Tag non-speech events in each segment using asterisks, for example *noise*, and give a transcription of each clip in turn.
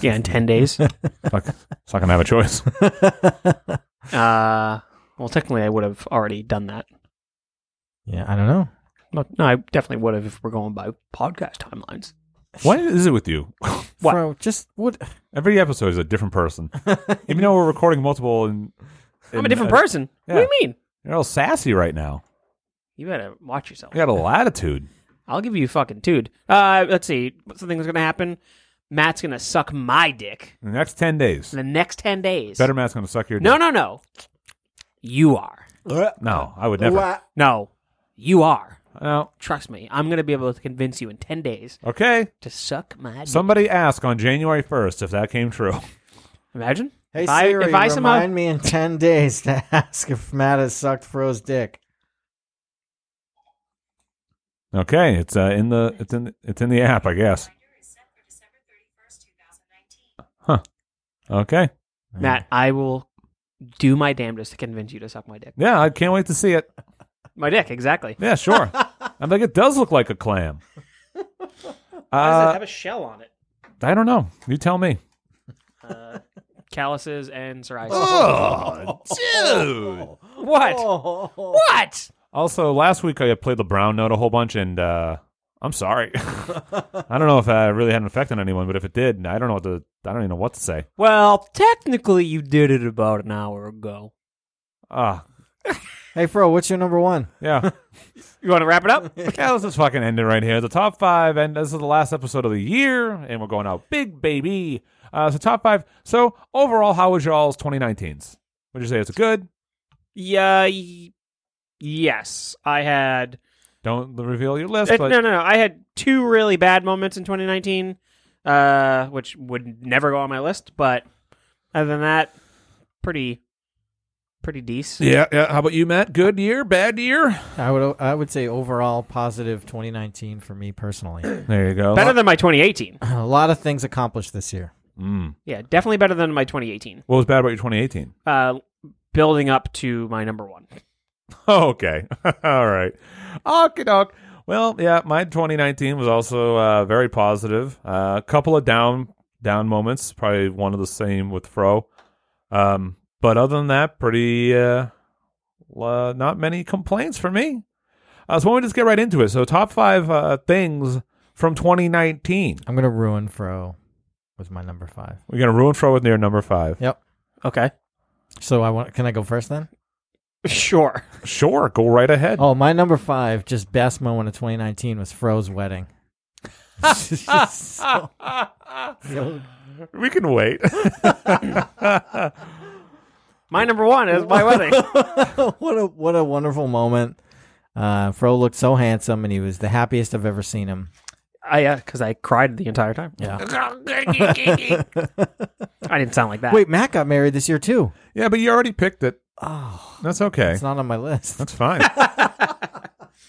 yeah, in ten days. it's like- it's not gonna have a *laughs* choice. uh, well, technically, I would have already done that. *laughs* Yeah. I don't know. No, no, I definitely would have if we're going by podcast timelines. what is it with you? What? Fro, just what? Every episode is a *laughs* different person, even though we're recording multiple. And I'm a and, different uh, person. What do you mean? You're all sassy right now. You better watch yourself. You got a latitude. I'll give you fucking dude. Uh, let's see. Something's gonna happen. Matt's gonna suck my dick In the next ten days, in the next ten days. Better Matt's gonna suck your No, dick. no, no. You are. no, I would never. No, you are. No, Trust me. I'm gonna be able to convince you in ten days okay. to suck my dick. Somebody ask on January first if that came true. Imagine. Hey if I, Siri, if I remind somehow me in *laughs* ten days to ask if Matt has sucked Fro's *laughs* dick. Okay, it's uh, in the it's in it's in the app, I guess. Huh. Okay. Mm. Matt, I will do my damnedest to convince you to suck my dick. Yeah, I can't wait to see it. My dick, exactly. Yeah, *laughs* sure. I'm like, it does look like a clam. Uh, a shell on it? I don't know. You tell me. Uh, calluses and psoriasis. Oh, *laughs* dude. What? What? Also, last week I played the brown note a whole bunch, and uh, I'm *laughs* sorry. I don't know if I really had an effect on anyone, but if it did, I don't know what to. I don't even know what to say. Well, technically, you did it about an hour ago. Ah, Hey Fro, what's your number one? yeah. You want to wrap it *laughs* up? Yeah, let's just fucking end it right here. The top five, and this is the last episode of the year, and we're going out big, baby. Uh, so top five. So overall, how was y'all's 2019s? Would you say it's good? yeah. y- yes, I had. Don't reveal your list, Uh, but no, no, no. I had two really bad moments in 2019, uh, which would never go on my list. But other than that, pretty, pretty decent. yeah, yeah. How about you, Matt? Good year, bad year? I would I would say overall positive 2019 for me personally. *clears throat* There you go. Better than my 2018. a lot of things accomplished this year. Mm. Yeah, definitely better than my 2018. What was bad about your 2018? Uh, building up to my number one. *laughs* Oh, okay. All right. Okie doke. Well, yeah, my 2019 was also uh, very positive. Uh, a couple of down down moments, probably one of the same with Fro. Um, but other than that, pretty uh, uh, not many complaints for me. Uh, so why don't we just get right into it? So top five uh, things from 2019. I'm gonna ruin Fro with my number five. We're gonna ruin Fro with near number five. Yep. Okay. So I want. Can I go first then? *laughs* Sure. Sure, go right ahead. Oh, my number five, just best moment of 2019 was Fro's wedding. *laughs* So- We can *laughs* wait. My number one is my wedding. what a what a wonderful moment. Uh, Fro looked so handsome, and he was the happiest I've ever seen him. *laughs* I, uh, cause I cried the entire time. *laughs* Yeah. I didn't sound like that. Wait, Matt got married this year too. yeah, but you already picked it. Oh, That's okay. it's not on *laughs* my list. That's fine.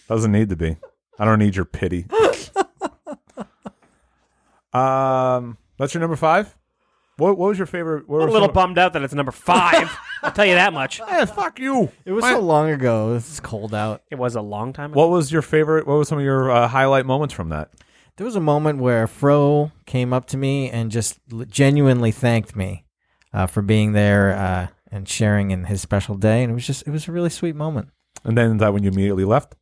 Doesn't need to be. I don't need your pity. Um, that's your number five. What What was your favorite? What I'm were a little some- bummed out that it's number five. *laughs* I'll tell you that much. Eh, fuck you. It was My- so long ago. It's cold out. It was a long time ago. What was your favorite? What were some of your uh, highlight moments from that? There was a moment where Fro came up to me and just l- genuinely thanked me uh, for being there uh, and sharing in his special day, and it was just it was a really sweet moment. And then is that when you immediately *laughs* left?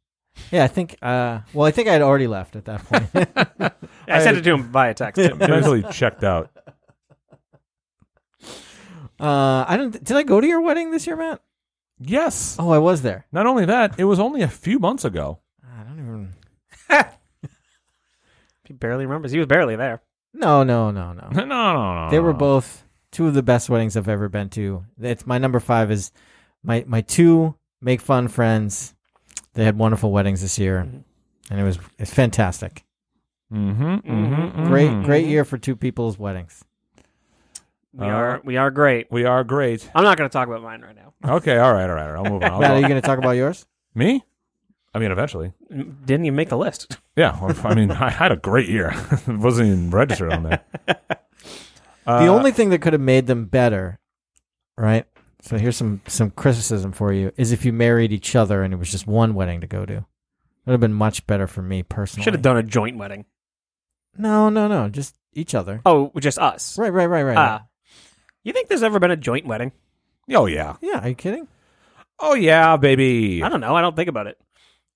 Yeah, I think. Uh, well, I think I'd already left at that point. *laughs* I sent it to him via text. *laughs* too. Mentally checked out. uh, I don't. Did I go to your wedding this year, Matt? Yes. Oh, I was there. Not only that, it was only a few months ago. *laughs* I don't even. he barely remembers. He was barely there. No, no, no, no. No, no, no. They no, were no. both two of the best weddings I've ever been to. It's my number five is my my two make fun friends. They had wonderful weddings this year, and it was it's fantastic. Mhm, mhm, mhm. Great great year for two people's weddings. We Uh, are we are great. We are great. I'm not going to talk about mine right now. Okay, all right, all right. all right. I'll *laughs* move on. I'll Matt, go- are you going to talk about yours? Me? I mean, eventually. M- Mm, Didn't even make the list. *laughs* Yeah. well, I mean, I had a great year. *laughs* Wasn't even registered on there. Uh, the only thing that could have made them better, right? So here's some some criticism for you: is if you married each other and it was just one wedding to go to, it would have been much better for me personally. Should have done a joint wedding. No, no, no, just each other. Oh, just us. Right, right, right, right. Ah. You think there's ever been a joint wedding? Oh yeah. yeah, are you kidding? Oh yeah, baby. I don't know. I don't think about it.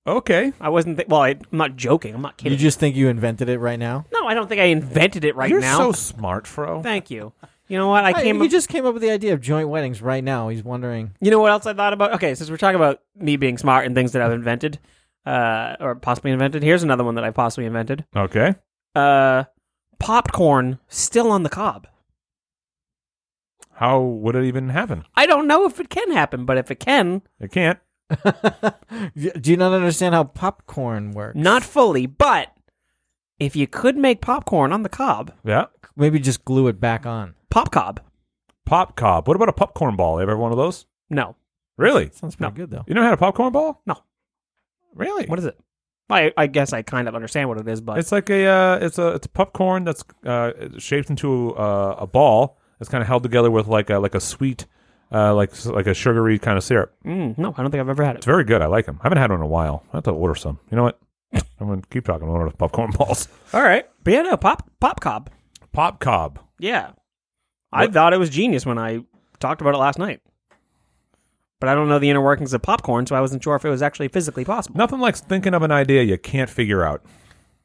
Okay. I wasn't. Th- well, I, I'm not joking. I'm not You kidding. just think you invented it right now? no, I don't think I invented it right You're now. so smart, Fro. Thank you. You know what? I Hey, came. he just came up with the idea of joint weddings right now. He's wondering. You know what else I thought about? Okay, since we're talking about me being smart and things that I've invented, uh, or possibly invented, here's another one that I possibly invented. Okay. Uh, popcorn still on the cob. How would it even happen? I don't know if it can happen, but if it can, It can't. Do you not understand how popcorn works? not fully, but if you could make popcorn on the cob, Yeah. Maybe just glue it back on. pop cob. Pop cob. What about a popcorn ball? You ever had one of those? No, Really? Sounds pretty good though. You never had a popcorn ball? No. Really? what is it? I, I guess I kind of understand what it is, but It's like a uh, it's a it's a popcorn that's uh, shaped into uh, a ball. It's kind of held together with like a like a sweet, uh, like like a sugary kind of syrup. Mm, no, I don't think I've ever had It's it. very good. I like them. I haven't had one in a while. I have to order some. You know what? I'm gonna keep talking. I'm gonna order popcorn *laughs* balls. All right, but yeah, no pop pop cob. Pop cob. Yeah. I thought it was genius when I talked about it last night. But I don't know the inner workings of popcorn, so I wasn't sure if it was actually physically possible. Nothing like thinking of an idea you can't figure out.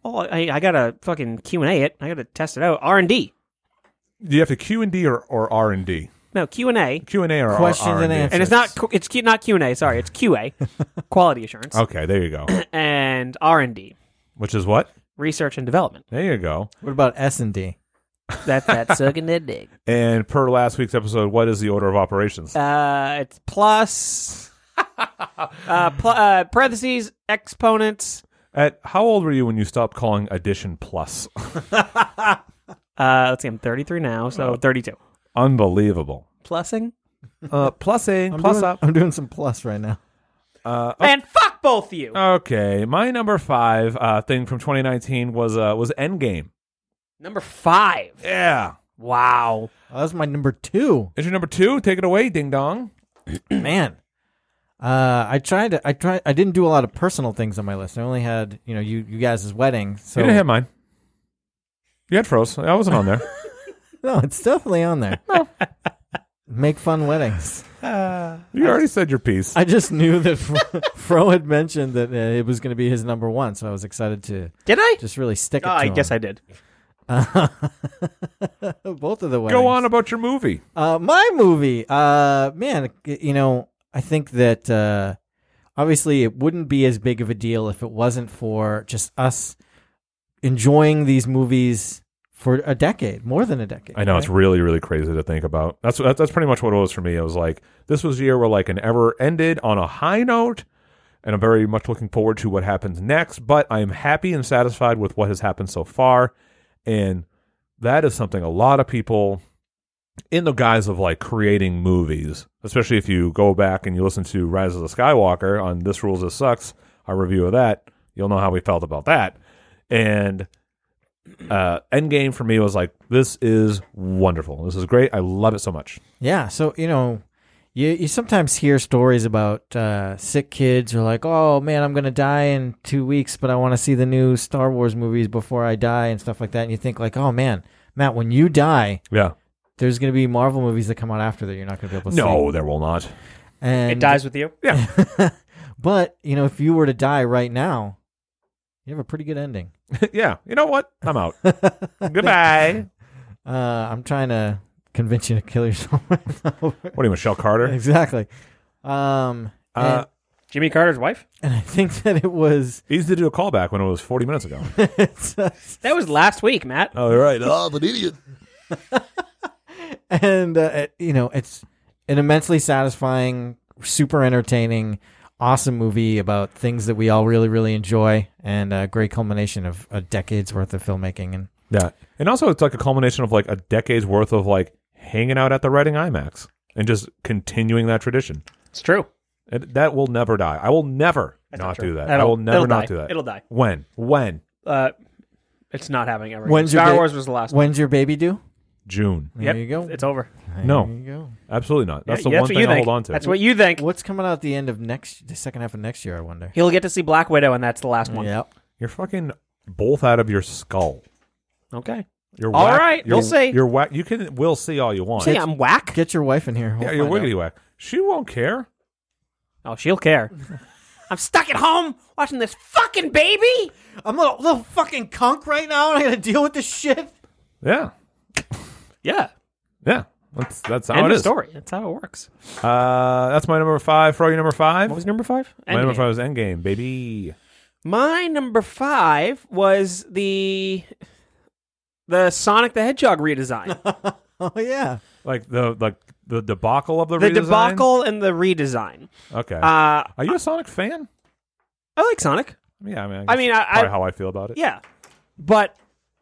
Oh, I, I gotta fucking Q and A it. I gotta test it out. R and D. Do you have to Q and D or or R and D? No Q and A, Q and A or Questions R and and D? answers. and it's not it's Q, not Q and A. Sorry, it's *laughs* QA, quality assurance, Okay, there *coughs* you go. and R and D, Which is what? research and development. There you go. What about S and D? That's that sucking the dick. And per last week's episode, what is the order of operations? *laughs* Uh, it's *laughs* plus. uh, pl- uh, parentheses exponents. At how old were you when you stopped calling addition plus? *laughs* Uh, let's see, I'm 33 now, so 32. Unbelievable. Plussing. Uh, plussing, plus doing, up. I'm doing some plus right now. Uh, And fuck both you. okay, my number five uh, thing from 2019 was uh, was Endgame. Number five. Yeah, Wow. Oh, that was my number two. is your number two? Take it away, ding dong. Man, uh, I tried. To, I tried. I didn't do a lot of personal things on my list. I only had you know you you guys' wedding. So You didn't have mine. You had froze. I wasn't on *laughs* there. no, it's definitely on there. *laughs* Make fun weddings. you already said your piece. I just knew that Fro, *laughs* Fro had mentioned that uh, it was going to be his number one, so I was excited to Did I? just really stick it. Oh, Ah, to I him. guess I did. *laughs* Both of the weddings. Go on about your movie. Uh, my movie, uh, man, you know, I think that uh, obviously it wouldn't be as big of a deal if it wasn't for just us enjoying these movies for a decade, more than a decade. I know it's really, really crazy to think about. That's that's that's pretty much what it was for me. It was like this was a year where like an ever ended on a high note, and I'm very much looking forward to what happens next. But I am happy and satisfied with what has happened so far, and that is something a lot of people, in the guise of like creating movies, especially if you go back and you listen to Rise of the Skywalker on This Rules This Sucks, our review of that, you'll know how we felt about that, and uh, Endgame for me was like, this is wonderful. This is great. I love it so much. Yeah, so you know, you you sometimes hear stories about uh, sick kids who are like, "Oh man, I'm gonna die in two weeks, but I want to see the new Star Wars movies before I die and stuff like that." And you think like, "Oh man, Matt, when you die, Yeah. there's gonna be Marvel movies that come out after that you're not gonna be able to see." No, there will not. and it dies with you. *laughs* But you know, if you were to die right now, you have a pretty good ending. *laughs* yeah. You know what? I'm *laughs* out. Goodbye. Uh, I'm trying to convince you to kill yourself *laughs* right now. What are you, Michelle Carter? exactly. Um, Uh, Jimmy Carter's wife. and, and I think *laughs* that it was. Easy to do a callback when it was 40 minutes ago. it's, uh, That was last week, Matt. oh, you're right. Oh, and uh, it- you know it's an immensely satisfying super entertaining awesome movie about things that we all really really enjoy and a great culmination of a decade's worth of filmmaking and yeah. And also, it's like a culmination of like a decade's worth of like hanging out at the Reading IMAX and just continuing that tradition. It's true. It, that will never die. I will never That's not, not true. do that. I That'll- will never it'll not die. do that. It'll die. When? When? Uh, it's not happening ever. When's your Star ba- Wars was the last. when's your baby due June. Yep, there you go It's over. There No. you go Absolutely not. That's Yeah, the one what thing you I think. hold on to. That's what you think. what's coming out at the end of next the second half of next year i wonder He'll get to see Black Widow, and that's the last one. yep You're fucking both out of your skull. Okay. You're All whack, right, You're, we'll see. You're whack. You can. We'll see all you want. Say I'm whack. get your wife in here We'll yeah, you're find out. wiggity whack. She won't care. Oh, she'll care. *laughs* I'm stuck at home watching this fucking baby. i'm a little, little fucking conk right now and i gotta deal with this shit *laughs* Yeah, Yeah. yeah. That's that's how End Oh, it of is. story. That's how it works. Uh, that's my number five. For your number five. What was number five? my number five was Endgame, baby. My number five was the the Sonic the Hedgehog *laughs* redesign. oh yeah Like the like the debacle of the the redesign? debacle and the redesign. Okay. Uh, Are you a Sonic fan? I like Sonic. Yeah, I mean, I mean, guess I- probably I- how I feel about it. Yeah. But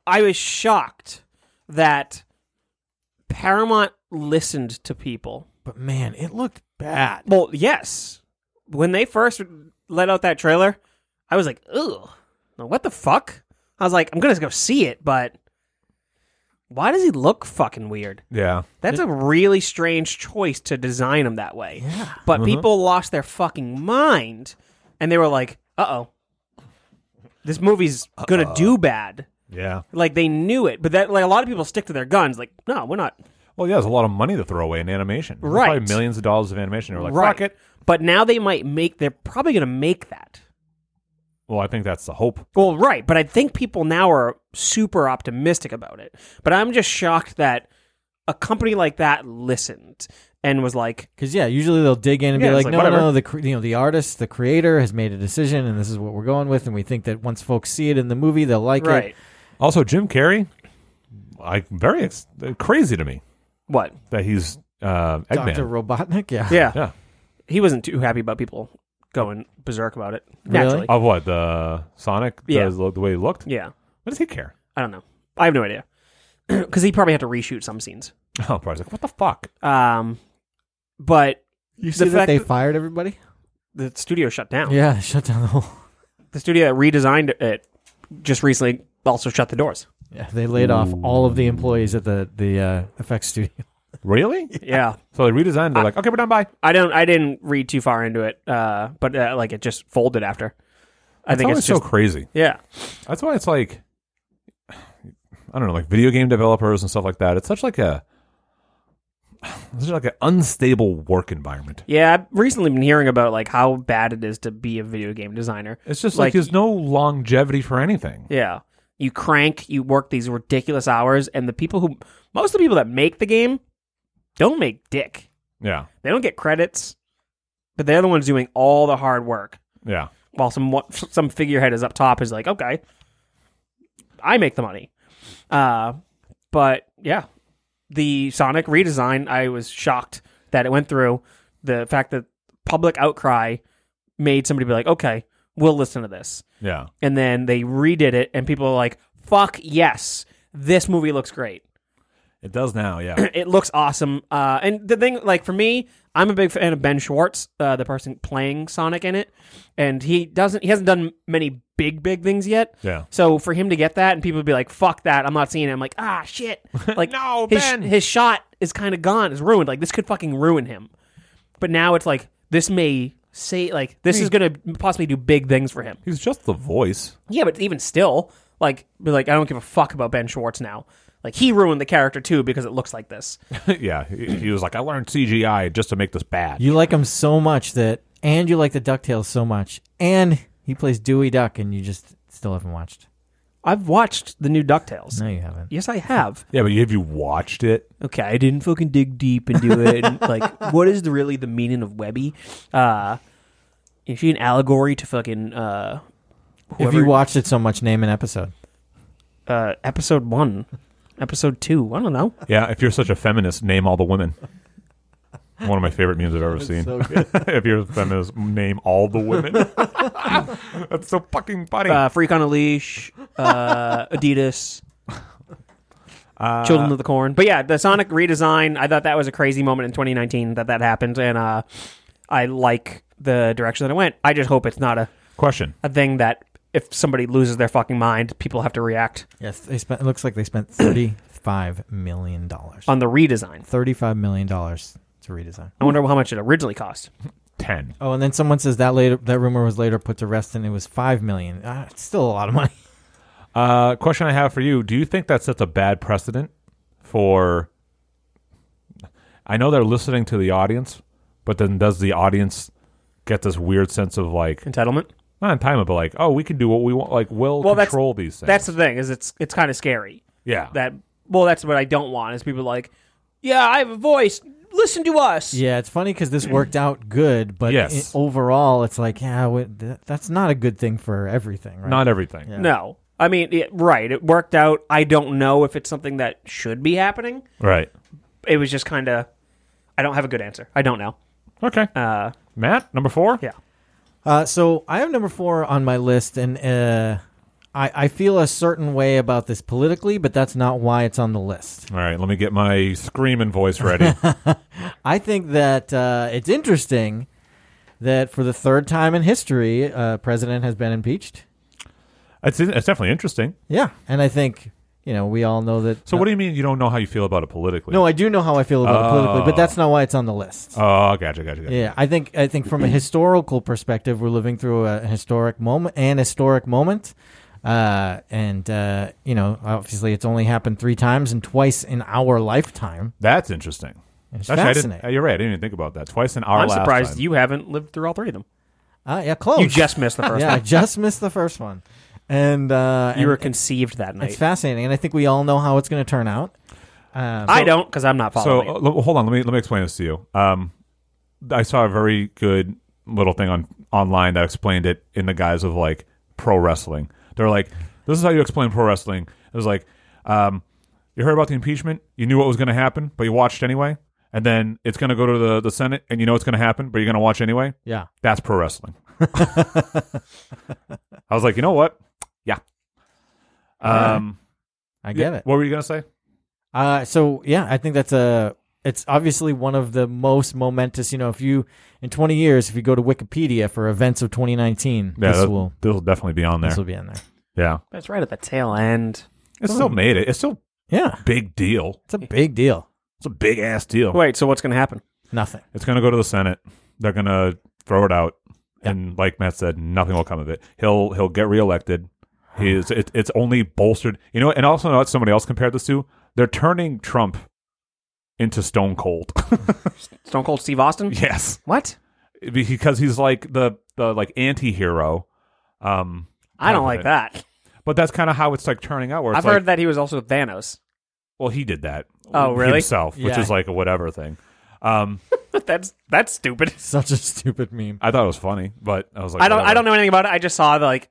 I was shocked that Paramount listened to people. but man it looked bad Well, yes. When they first let out that trailer, I was like, "Ugh, what the fuck?" I was like, "I'm gonna go see it," but why does he look fucking weird? yeah. That's a really strange choice to design him that way. Yeah. Mm-hmm. But people lost their fucking mind, and they were like, "Uh oh, this movie's gonna do bad." Yeah. Like they knew it, but that like a lot of people stick to their guns. Like, no, we're not. Well, yeah, there's a lot of money to throw away in animation. There's Right. Probably millions of dollars of animation. They're like, fuck it. But now they might make. They're probably gonna make that. Well, I think that's the hope. Well, right, but I think people now are super optimistic about it. But I'm just shocked that a company like that listened and was like, Because yeah, usually they'll dig in and Yeah, be it's like, like, no, whatever." no, the cre- you know the artist, the creator has made a decision, and this is what we're going with, and we think that once folks see it in the movie, they'll like right, it. Also, Jim Carrey, like very ex- crazy to me what? that he's uh, Eggman. Doctor Robotnik, yeah, Yeah. Yeah. he wasn't too happy about people going berserk about it. Really? Naturally, Of what the Sonic? Yeah. does look the way he looked. yeah. What does he care? *laughs* I don't know. I have no idea *clears throat* because he probably had to reshoot some scenes. Oh, probably like what the fuck? Um, but You see see that that fact they that- fired everybody? the studio shut down. Yeah, they shut down the whole. The studio that redesigned it just recently also shut the doors. Yeah, they laid off all of the employees at the the uh, effects studio. Really? Yeah. so they redesigned. it. They're like, okay, we're done. Bye. I don't. I didn't read too far into it, uh, but uh, like it just folded after. I That's think always it's just so crazy. yeah, That's why it's like, I don't know, like video game developers and stuff like that. It's such like a, it's such like an unstable work environment. yeah. I've recently been hearing about like how bad it is to be a video game designer. It's just like, Like- there's no longevity for anything. Yeah, you crank, you work these ridiculous hours, and the people who most of the people that make the game don't make dick. Yeah, They don't get credits, but they're the ones doing all the hard work. yeah. While some what- some figurehead is up top is like, okay, I make the money. Uh, but yeah, the Sonic redesign, I was shocked that it went through. The fact that public outcry made somebody be like, okay, we'll listen to this. yeah. And then they redid it, and people are like, fuck yes, this movie looks great. *clears throat* It does now. Yeah, it looks awesome. Uh, and the thing, like for me, I'm a big fan of Ben Schwartz, uh, the person playing Sonic in it, and he doesn't he hasn't done many big, big things yet. *coughs* Yeah. So for him to get that and people be like, fuck that, I'm not seeing it. I'm like, ah, *laughs* shit. Like, No, his, Ben. his shot is kind of gone, is ruined. Like, this could fucking ruin him. But now it's like, this may say, like, this is going to possibly do big things for him. He's just the voice. Yeah, but even still, like, be like I don't give a fuck about Ben Schwartz now. Like he ruined the character too because it looks like this. *laughs* yeah, he, he was like, I learned CGI just to make this bad. You like him so much that, and you like the Ducktales so much, and he plays Dewey Duck, and you just still haven't watched. I've watched the new Ducktales. No, you haven't. Yes, I have. yeah, but have you watched it? Okay, I didn't fucking dig deep into it. *laughs* And, like, what is the, really the meaning of Webby? Uh, is she an allegory to fucking uh, If whoever- you watched it so much, name an episode. uh, episode one, episode two? I don't know. Yeah, if you're such a feminist, name all the women. One of my favorite memes I've ever seen. *laughs* if you're a feminist, name all the women. That's so fucking funny. Uh, Freak on a Leash, uh, Adidas, Uh, Children of the Corn. But yeah, the Sonic redesign, I thought that was a crazy moment in 2019 that that happened. And uh, I like the direction that it went. I just hope it's not a, question. a thing that if somebody loses their fucking mind, people have to react Yes, they spent. It looks like they spent thirty-five million dollars. on the redesign. Thirty-five million dollars to redesign. I wonder how much it originally cost. 10. Oh, and then someone says that later. That rumor was later put to rest, and it was five million. Uh, it's still a lot of money. *laughs* Uh, question I have for you Do you think that sets a bad precedent for. I know they're listening to the audience, but then does the audience get this weird sense of like, Entitlement? not entitlement, but like, oh, we can do what we want? Like, we'll Well, that's- control these things. That's the thing, is it's it's kind of scary. yeah. That Well, that's what I don't want, is people like, yeah, I have a voice. Listen to us. Yeah, it's funny because this worked out good, but Yes. i- overall, it's like, yeah, we, th- that's not a good thing for everything, right? Not everything. No. I mean, it, right. It worked out. I don't know if it's something that should be happening. Right. it was just kind of i don't have a good answer i don't know Okay. uh Matt, number four? yeah Uh, so I have number four on my list, and uh, I, I feel a certain way about this politically, but that's not why it's on the list. All right, let me get my screaming *laughs* voice ready. I think that uh, it's interesting that for the third time in history, a president has been impeached. it's, it's definitely interesting. Yeah, and I think you know we all know that. So, what do you mean you don't know how you Oh. feel about it politically? No, I do know how I feel about it politically, but that's not why it's on the list. Oh, gotcha, gotcha, gotcha. Yeah, I think I think from a historical perspective, we're living through a, historic moment, an historic moment, uh, and uh, you know, obviously, it's only happened three times and twice in our lifetime. That's interesting. It's Actually, I didn't- fascinating. you're right. I didn't even think about that. Twice in our i'm last surprised time. you haven't lived through all three of them Ah, yeah, close. you just missed *laughs* the first yeah, I one just missed the first one, and uh, you and were conceived that it's night fascinating, and I think we all know how it's going to turn out. Um, i don't because i'm not So following uh, it. l- hold on, let me let me explain this to you. Um, I saw a very good little thing on online that explained it in the guise of like pro wrestling. They're like, this is how you explain pro wrestling. It was like, um, you heard about the impeachment, you knew what was going to happen, but you watched anyway, and then it's going to go to the the Senate, and you know it's going to happen, but you're going to watch anyway. yeah, That's pro *laughs* wrestling. I was like, you know what? Yeah. Um, I get it. What were you going to say? Uh, so yeah, I think that's a. It's obviously one of the most momentous. You know, if you in 20 years, if you go to Wikipedia for events of 2019, Yeah, this that- will this will definitely be on there. this will be in there. Yeah. that's right at the tail end It still made it. It's still Yeah, big deal. it's a big deal. It's a big ass deal. wait so what's gonna happen Nothing. It's gonna go to the Senate. They're gonna throw it out, and like Matt said, nothing will come of it. He'll he'll get reelected. He's it, it's only bolstered. You know, and also know what somebody else compared this to. They're turning Trump into Stone Cold. *laughs* stone cold steve austin yes, *laughs* what because he's like the the like anti-hero. Um, i don't Confident. like that but that's kind of how it's like turning out. Where it's i've like, heard that he was also thanos *laughs* well, he did that. Oh, really? Himself, which Yeah. is like a whatever thing. Um, that's that's stupid *laughs* Such a stupid meme. I thought it was funny, but I was like, i don't i whatever. don't know anything about it i just saw the like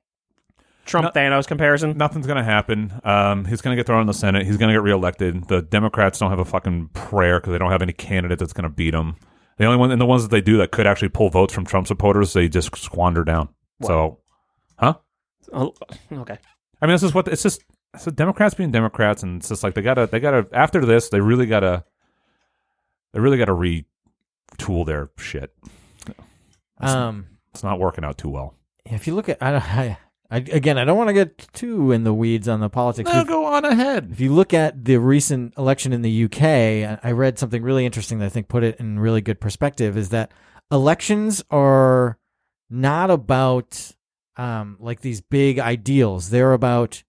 trump thanos comparison nothing's going to happen. Um, he's going to get thrown in the Senate. He's going to get reelected. The Democrats don't have a fucking prayer because they don't have any candidate that's going to beat him. The only one and the ones that they do that could actually pull votes from Trump supporters, they just squander down. So, huh? Oh, okay I mean, this is what it's just. It's the Democrats being Democrats, and it's just like they gotta, they gotta. After this, they really gotta, they really gotta retool their shit. Um, It's not working out too well. if you look at, I don't, I, I, again, I don't want to get too in the weeds on the politics. No, We've- go on ahead. if you look at the recent election in the UK, I I read something really interesting that I think put it in really good perspective is that elections are not about um, like these big ideals. They're about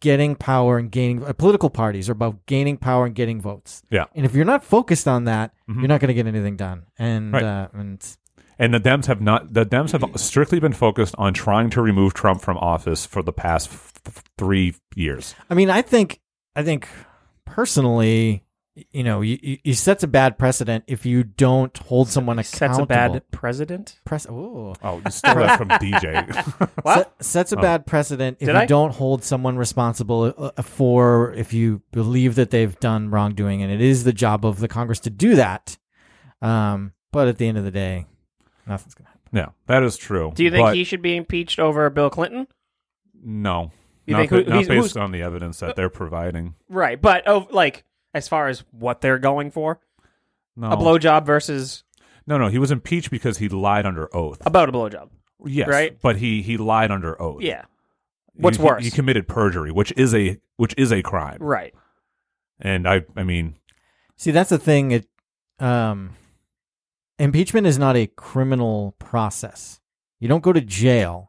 getting power and gaining uh, political parties are about gaining power and getting votes. Yeah. And if you're not focused on that, Mhm. you're not going to get anything done. And Right. uh, and it's- And the Dems have not. The Dems have strictly been focused on trying to remove Trump from office for the past f- f- three years. I mean, I think I think personally, y- you know, you, you, you sets a bad precedent if you don't hold someone accountable. That's a bad president. press. Oh, Oh, you stole that from DJ. What? Se- sets a Oh. bad precedent if Did you I? don't hold someone responsible uh, for if you believe that they've done wrongdoing, and it is the job of the Congress to do that. Um, but at the end of the day, nothing's gonna happen. *laughs* yeah, that is true. Do you think But he should be impeached over Bill Clinton? No. You not think ba- who- not who's- based who's- on the evidence that they're providing. Right, but oh, like as far as what they're going for, No. a blowjob versus no, no. He was impeached because he lied under oath. about a blowjob. yes. right? But he, he lied under oath. Yeah, what's he, worse? He committed perjury, which is a which is a crime. right. And I I mean, See, that's the thing. It um, impeachment is not a criminal process. You don't go to jail.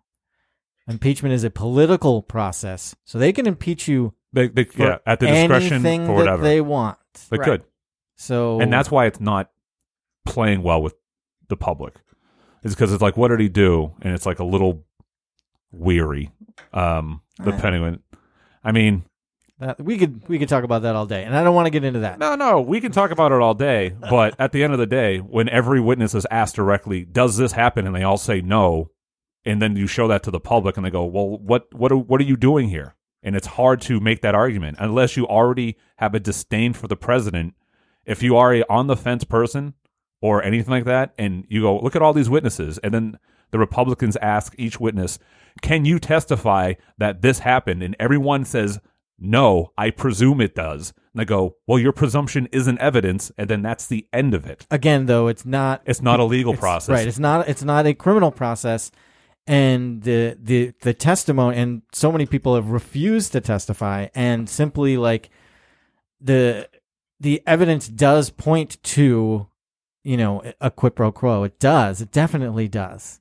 Impeachment is a political process, so they can impeach you they, they for yeah, at the discretion anything for whatever. that they want. they Right. could. So And that's why it's not playing well with the public. Is because it's like what did he do? And it's like a little weary. Um the penguin. I mean, that, we could we could talk about that all day, and I don't want to get into that. No, no, we can talk about it all day, but at the end of the day, when every witness is asked directly, "Does this happen?" and they all say no, and then you show that to the public, and they go, "Well, what, what, are, what are you doing here?" And it's hard to make that argument unless you already have a disdain for the president. If you are a on the fence person or anything like that, and you go, "Look at all these witnesses," and then the Republicans ask each witness, "Can you testify that this happened?" and everyone says no, I presume it does. And I go, well, your presumption isn't evidence, and then that's the end of it. again though it's not It's not a legal it's- process. right it's not it's not a criminal process and the the the testimony and so many people have refused to testify and simply like the the evidence does point to you know a quid pro quo it does it *sighs* definitely does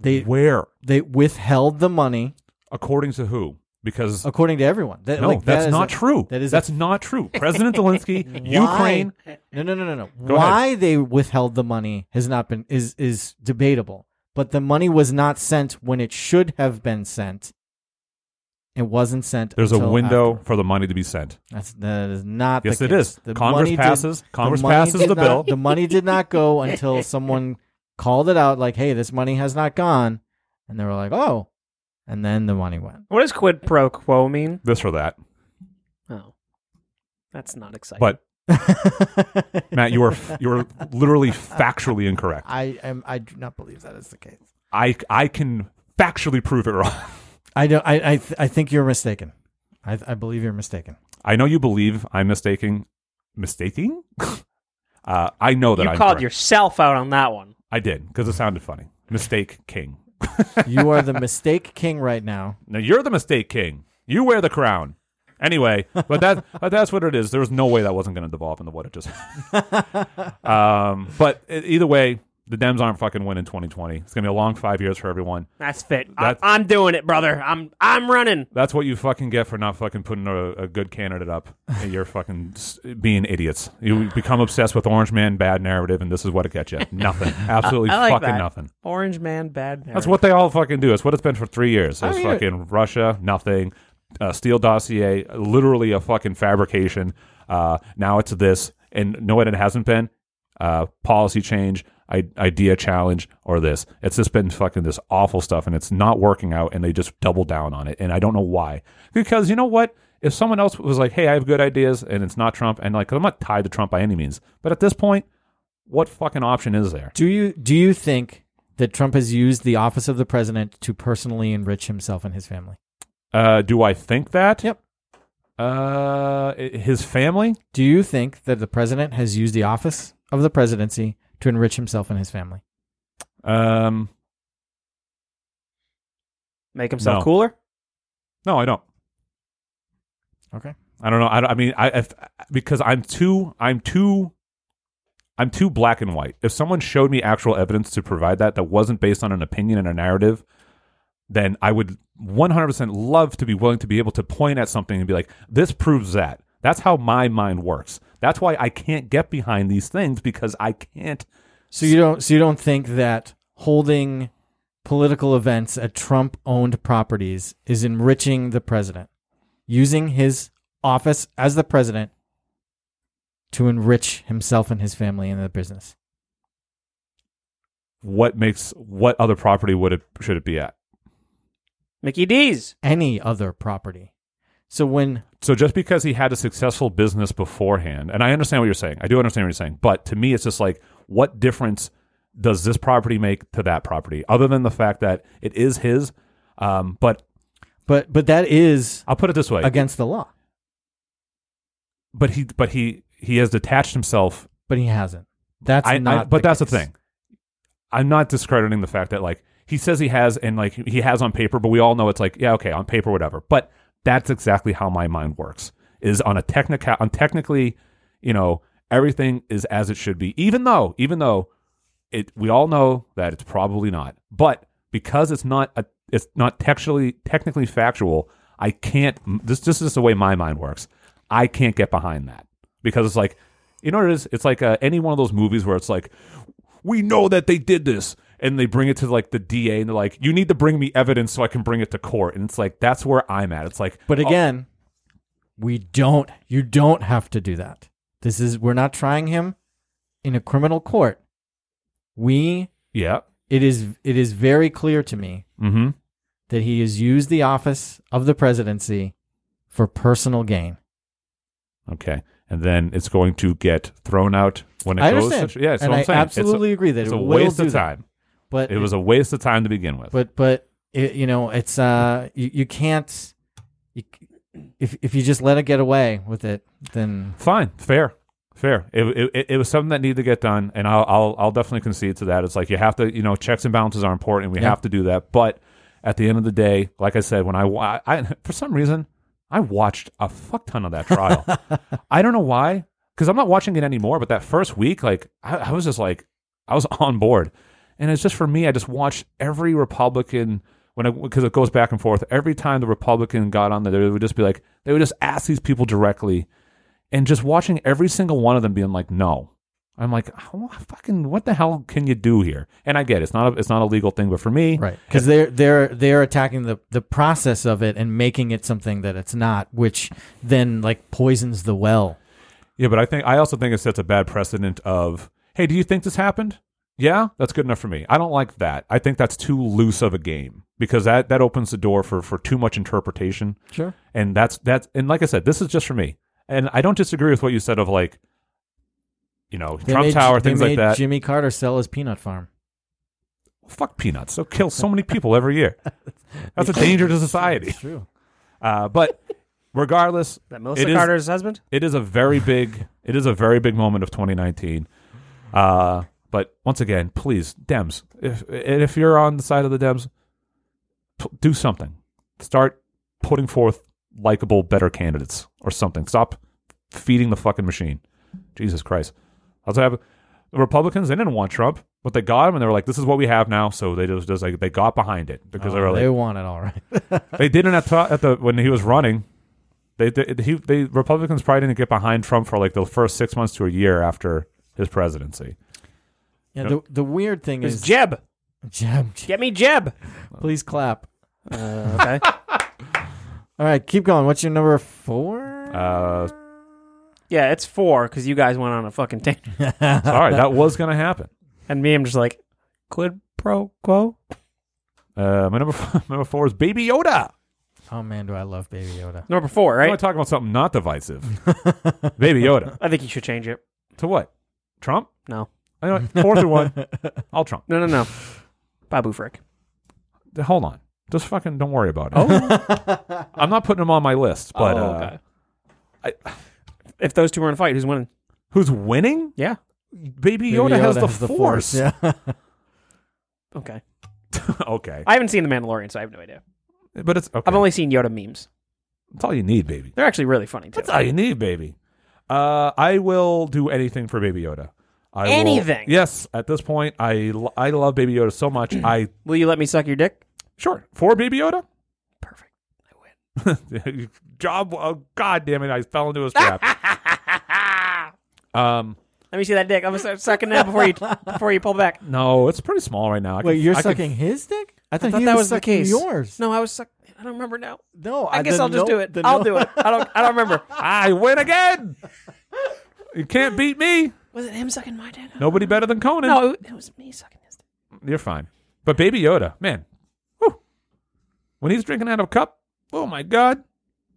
they Where? they withheld the money According to who? Because according to everyone That- no, like, that that's is not a- true. that is a- that's not *laughs* true. President Zelensky, Why- Ukraine. No, no, no, no, no. Go Why they withheld the money has not been is is debatable. But the money was not sent when it should have been sent. It wasn't sent. There's a until window after. for the money to be sent. That's that is not. Yes, the it case. is. The Congress money did- passes- the Congress money passes did the not- bill. The money did not *laughs* go until someone called it out, like, "Hey, this money has not gone," and they were like, "Oh," and then the money went. *laughs* What does quid pro quo mean? This or that. Oh, that's not exciting. But Matt, *laughs* you are f- you are literally factually incorrect. I am. I do not believe that is the case. I I can factually prove it wrong. I don't. I. I. Th- I think you're mistaken. I. I believe you're mistaken. I know you believe I'm mistaking mistaking. *laughs* uh, I know that you I'm called correct. yourself out on that one. I did because Mm. it sounded funny. Mistake king. You are the mistake king right now. Now you're the mistake king. You wear the crown. Anyway, *laughs* but that but that's what it is. There was no way that wasn't going to devolve into what it just. *laughs* um, but e- either way, the Dems aren't fucking winning 2020. It's going to be a long five years for everyone. That's fit. That's- I, am doing it, brother. I'm I'm running. That's what you fucking get for not fucking putting a, a good candidate up. You're fucking s- being idiots. You become obsessed with Orange Man bad narrative, and this is what it gets you. Nothing. *laughs* Absolutely I like fucking that. nothing. Orange man, bad man. That's what they all fucking do. It's what it's been for three years. I It's mean, it- fucking Russia, nothing. Uh, Steel dossier, literally a fucking fabrication. Uh, now it's this, and no, it hasn't been. Uh, policy change, I- idea challenge, or this. It's just been fucking this awful stuff, and it's not working out. And they just double down on it, and I don't know why. Because you know what? If someone else was like, "Hey, I have good ideas," and it's not Trump, and like I'm not tied to Trump by any means, but at this point, what fucking option is there? Do you do you think that Trump has used the office of the president to personally enrich himself and his family? Uh, do I think that? Yep. Uh, i- his family. Do you think that the president has used the office of the presidency to enrich himself and his family? Um, Make himself No. cooler? No, I don't. Okay. I don't know. I, don't- I mean, I if, because I'm too I'm too I'm too black and white. If someone showed me actual evidence to provide that that wasn't based on an opinion and a narrative, then I would 100% love to be willing to be able to point at something and be like, "This proves that." That's how my mind works. That's why I can't get behind these things because I can't. So you don't so you don't think that holding political events at Trump owned properties is enriching the president. Using his office as the president to enrich himself and his family and the business. What makes what other property would it should it be at? Mickey D's. Any other property. So when So just because he had a successful business beforehand, and I understand what you're saying, I do understand what you're saying, but to me, it's just like, what difference does this property make to that property, other than the fact that it is his? Um, but but but that is I'll put it this way: against the law. but he, but he, he has detached himself. But he hasn't. That's I, not I, but that's the case. thing. I'm not discrediting the fact that like he says he has, and like he has on paper, but we all know it's like, yeah, okay, on paper, whatever. But that's exactly how my mind works: is on a technical, on technically, you know, everything is as it should be, even though, even though it we all know that it's probably not but because it's not a it's not textually technically factual i can't this this is just the way my mind works i can't get behind that because it's like you know what it is it's like uh, any one of those movies where it's like we know that they did this and they bring it to like the da and they're like you need to bring me evidence so i can bring it to court and it's like that's where i'm at it's like But oh, again, we don't. You don't have to do that. This is we're not trying him in a criminal court. We yeah it is it is very clear to me mm-hmm that he has used the office of the presidency for personal gain. okay and then it's going to get thrown out when it I goes understand. yeah that's and what i'm I saying It's a- absolutely agree that it's it a will waste do of that. time But It was a waste of time to begin with. but but it, you know it's uh you, you can't you, c- if if you just let it get away with it then Fine, fair, fair. It, it, it was something that needed to get done, and I'll, I'll I'll definitely concede to that. It's like you have to, you know, checks and balances are important. We Yeah. have to do that, but at the end of the day, like I said, when I, wa- I for some reason I watched a fuck ton of that *laughs* trial. I don't know why, because I'm not watching it anymore. But that first week, like I, I was just like I was *laughs* on board, and it's just for me. I just watched every Republican when I because it goes back and forth. Every time the Republican got on there, they would just be like they would just ask these people directly, and just watching every single one of them being like, no. I'm like, how fucking, what the hell can you do here? And I get it, it's not a, it's not a legal thing, but for *laughs* me, right because they're they're they're attacking the the process of it and making it something that it's not which then like poisons the well Yeah, but I think I also think it sets a bad precedent of, hey, do you think this happened? Yeah, that's good enough for me. I don't like that. I think that's too loose of a game because that that opens the door for for too much interpretation. Sure. And that's that's and like I said, this is just for me. And I don't disagree with what you said of like, you know, They Trump made- Tower they things like made that. jimmy carter sell his peanut farm Fuck peanuts. They'll kill so many people every *laughs* year. That's a danger to society. it's true Uh, but regardless, That Melissa it is- Carter's husband? it is a very big it is a very big moment of 2019 uh but once again please dems if and if you're on the side of the dems p- do something start putting forth likable better candidates or something stop feeding the fucking machine jesus christ also have the republicans they didn't want trump but they got him and they were like this is what we have now so they just, just like they got behind it because they were like Oh, they want it all right they didn't at, the- at the when he was running. They, they he they Republicans probably didn't get behind Trump for like the first six months to a year after his presidency. yeah the, the weird thing It's is *laughs* Jeb. Jeb, Get me Jeb. please clap okay. all right keep going what's your number four Uh, Yeah, it's four because you guys went on a fucking tangent. sorry, that was gonna happen. And me, I'm just like, quid pro quo? Uh, my number f- *laughs* number four is Baby Yoda. oh man do i love baby yoda Number four, I right? want to talk about something not divisive. *laughs* Baby Yoda I think you should change it. to what? Trump? No. I know what, four through one. I'll Trump. No, no, no. Babu Frick. Hold on. Just fucking don't worry about it. Oh. *laughs* I'm not putting him on my list, but Oh, uh, okay. If those two were in a fight, who's winning? who's winning? Yeah. Baby Yoda, has, the force. *laughs* Yeah. Okay. okay. *laughs* I haven't seen The Mandalorian, so I have no idea. But it's okay. I've only seen Yoda memes. That's all you need, baby. They're actually really funny too. That's all you need, baby. Uh, I will do anything for Baby Yoda. I will- Anything? yes. At this point, I lo- I love Baby Yoda so *clears throat* much. I Will you let me suck your dick? sure for Baby Yoda. Perfect. *laughs* Job. Oh, God damn it! I fell into his *laughs* trap. um. Let me see that dick. I'm gonna start sucking that before *laughs* you before you pull back. No, it's pretty small right now. I Wait, can- you're I can- sucking his dick? I thought, thought he that was, was the sucking case. yours. No, I was suck. I don't remember now. no. I guess I'll just do it. I'll *laughs* do it. I don't. I don't remember. I win again. you can't beat me. Was it him sucking my dick? Nobody better than Conan. No, it, it was me sucking his dick. You're fine. But Baby Yoda, man, whew. when he's drinking out of a cup, oh my god,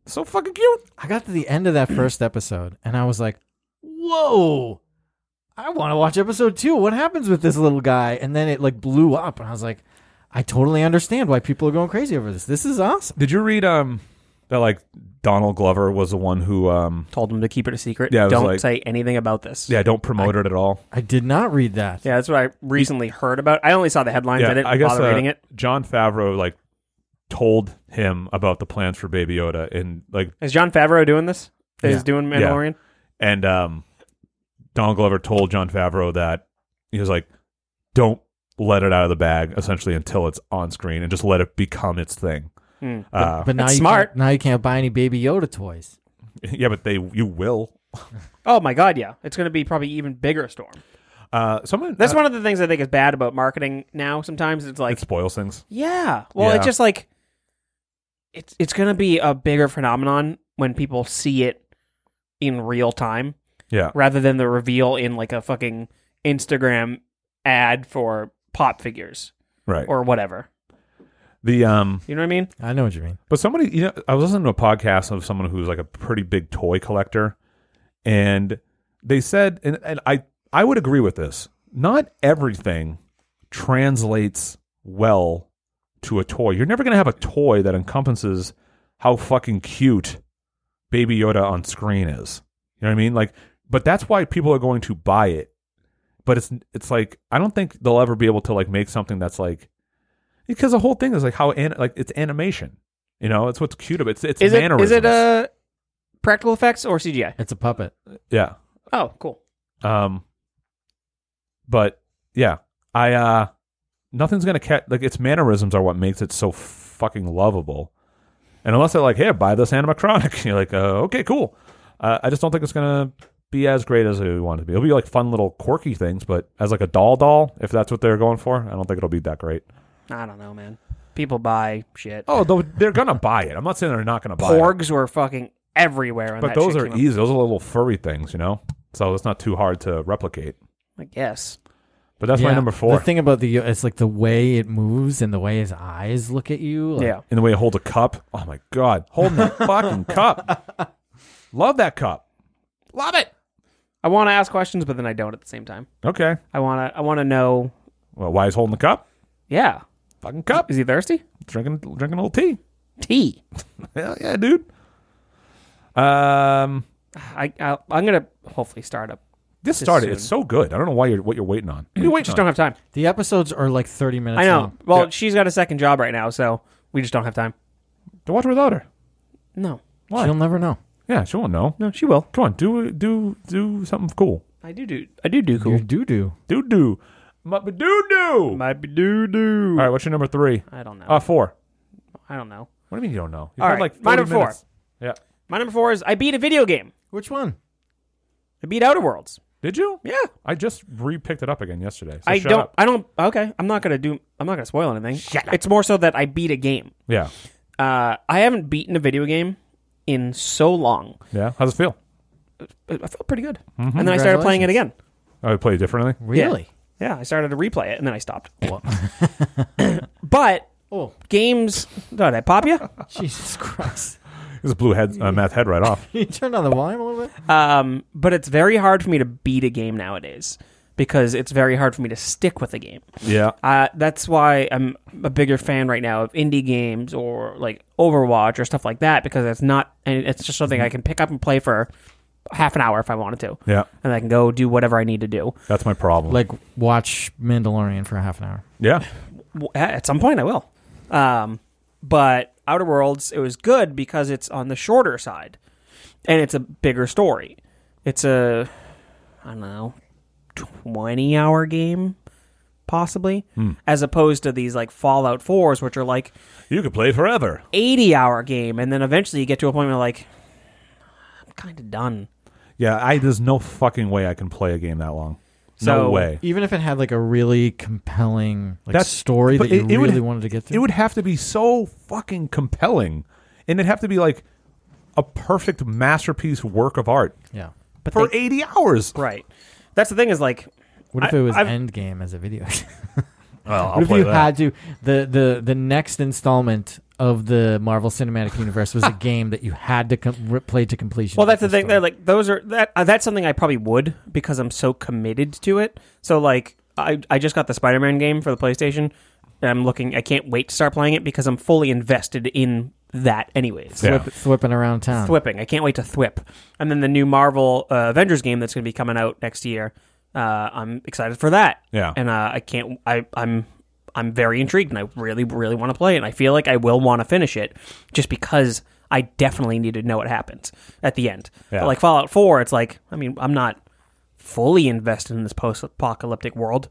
so fucking cute. I got to the end of that first episode and I was like, "Whoa, I want to watch episode two. What happens with this little guy?" And then it like blew up, and I was like, "I totally understand why people are going crazy over this. This is awesome." Did you read um that like Donald Glover was the one who um Told him to keep it a secret. Yeah, it was don't like- say anything about this. yeah don't promote it at all. I did not read that. Yeah, that's what I recently heard about. I only saw the headlines. Yeah, I didn't guess bother uh, reading it. John Favreau like told him about the plans for Baby Yoda and like Is John Favreau doing this? Is doing Yeah. Mandalorian? and um Donald Glover told John Favreau that he was like don't let it out of the bag essentially until it's on screen and just let it become its thing. Hmm. Uh, But now That's you smart. can't- Now you can't buy any Baby Yoda toys. Yeah, but they you will. Oh my god, yeah. It's going to be probably even bigger storm. Uh, someone That's uh, one of the things I think is bad about marketing now. Sometimes it's like, it spoils things. yeah, well, Yeah. it's just like it's it's going to be a bigger phenomenon when people see it in real time Yeah, rather than the reveal in like a fucking Instagram ad for pop figures right. or whatever. the um, You know what I mean? I know what you mean. but somebody you know, I was listening to a podcast of someone who's like a pretty big toy collector, and they said, and, and I I would agree with this. Not everything translates well to a toy. You're never gonna have a toy that encompasses how fucking cute Baby Yoda on screen is. You know what I mean? Like, but that's why people are going to buy it. But it's it's like I don't think they'll ever be able to like make something that's like because the whole thing is like how an, like it's animation. You know, it's what's cute about it. It's, it's Is it is mannerisms. it uh practical effects or CGI? It's a puppet. yeah. Oh, cool. Um, but yeah, I uh, nothing's gonna catch like its mannerisms are what makes it so fucking lovable. And unless they're like, "Hey, buy this animatronic," *laughs* you're like, uh, "Okay, cool." Uh, I just don't think it's gonna be as great as we want it to be. It'll be like fun little quirky things, but as like a doll doll, if that's what they're going for, I don't think it'll be that great. I don't know, man. People buy shit. Oh, though they're gonna buy it. I'm not saying they're not gonna buy it, Porgs were fucking everywhere. When but that those shit are came out. easy. Those are little furry things, you know. So it's not too hard to replicate. I guess. But that's my Yeah. number four. The thing about the Yo- it's like the way it moves and the way his eyes look at you. like- Yeah. in the way it holds a cup. Oh my god, *laughs* holding the fucking cup. Love that cup. Love it. I want to ask questions, but then I don't at the same time. Okay. I want to. I want to know. Well, why is holding the cup? Yeah. Fucking cup. Is he thirsty? Drinking, drinking a little tea. Tea. Hell yeah, dude. Um, I. I I'm gonna hopefully start up. this started. soon. It's so good. I don't know why you're what you're waiting on. We just don't have time. The episodes are like thirty minutes. I know. long. Well, Yeah. she's got a second job right now, so we just don't have time. To watch it without her. No. Why? You'll never know. yeah, she won't know. No, she will. Come on, do do do something cool. I do do. I do do cool. You do do. Do do, do do. All Might be doo doo. right, what's your number three? I don't know. Uh, four. I don't know. What do you mean you don't know? You've All had right, like my 40 number four. minutes. Yeah. My number four is I beat a video game. Which one? I beat Outer Worlds. Did you? Yeah. I just re picked it up again yesterday. So I shut don't. Up. I don't. Okay. I'm not gonna do. I'm not gonna spoil anything. It's more so that I beat a game. Yeah. Uh, I haven't beaten a video game in so long. Yeah. How's it feel? I I felt pretty good, Mm-hmm. and then I started playing it again. Oh, you play it differently? Really? *laughs* Yeah, I started to replay it, and then I stopped. but Oh, games, did I pop you? Jesus Christ! This blew head, uh, Matt's head right off. you turned on the volume a little bit. Um, but it's very hard for me to beat a game nowadays because it's very hard for me to stick with a game. *laughs* Yeah. Uh, that's why I'm a bigger fan right now of indie games or like Overwatch or stuff like that because it's not, and it's just something I can pick up and play for half an hour if I wanted to, Yeah. and I can go do whatever I need to do. That's my problem. Like watch Mandalorian for half an hour. yeah. Well, at at some point I will. Um, but Outer Worlds it was good because it's on the shorter side, and it's a bigger story. It's a I don't know twenty hour game possibly, as opposed to these like Fallout fours, which are like You could play forever. 80 hour game and then eventually you get to a point where like i'm kind of done Yeah, I there's no fucking way I can play a game that long. no So- way. Even if it had like a really compelling like That's- story but that you it- it would- really wanted to get through, It would have to be so fucking compelling, and it'd have to be like a perfect masterpiece work of art yeah. but for they- 80 hours. right that's the thing is like What if I- it was I've- Endgame as a video? game? Well, I'll what if play you that. had to the the the next installment of the Marvel Cinematic Universe was a game that you had to com- re- play to completion? well to get that's the thing story? they're like those are that uh, that's something i probably would because i'm so committed to it so like i i just got the spider-man game for the playstation and i'm looking i can't wait to start playing it because i'm fully invested in that anyways Yeah. Thwip- thwipping around town. Thwipping. I can't wait to thwip. And then the new Marvel uh, Avengers game that's going to be coming out next year. Uh, I'm excited for that. Yeah. And uh, I can't. I I'm I'm very intrigued, and I really really want to play it. And I feel like I will want to finish it just because I definitely need to know what happens at the end. Yeah. But like Fallout Four, it's like I mean I'm not fully invested in this post apocalyptic world.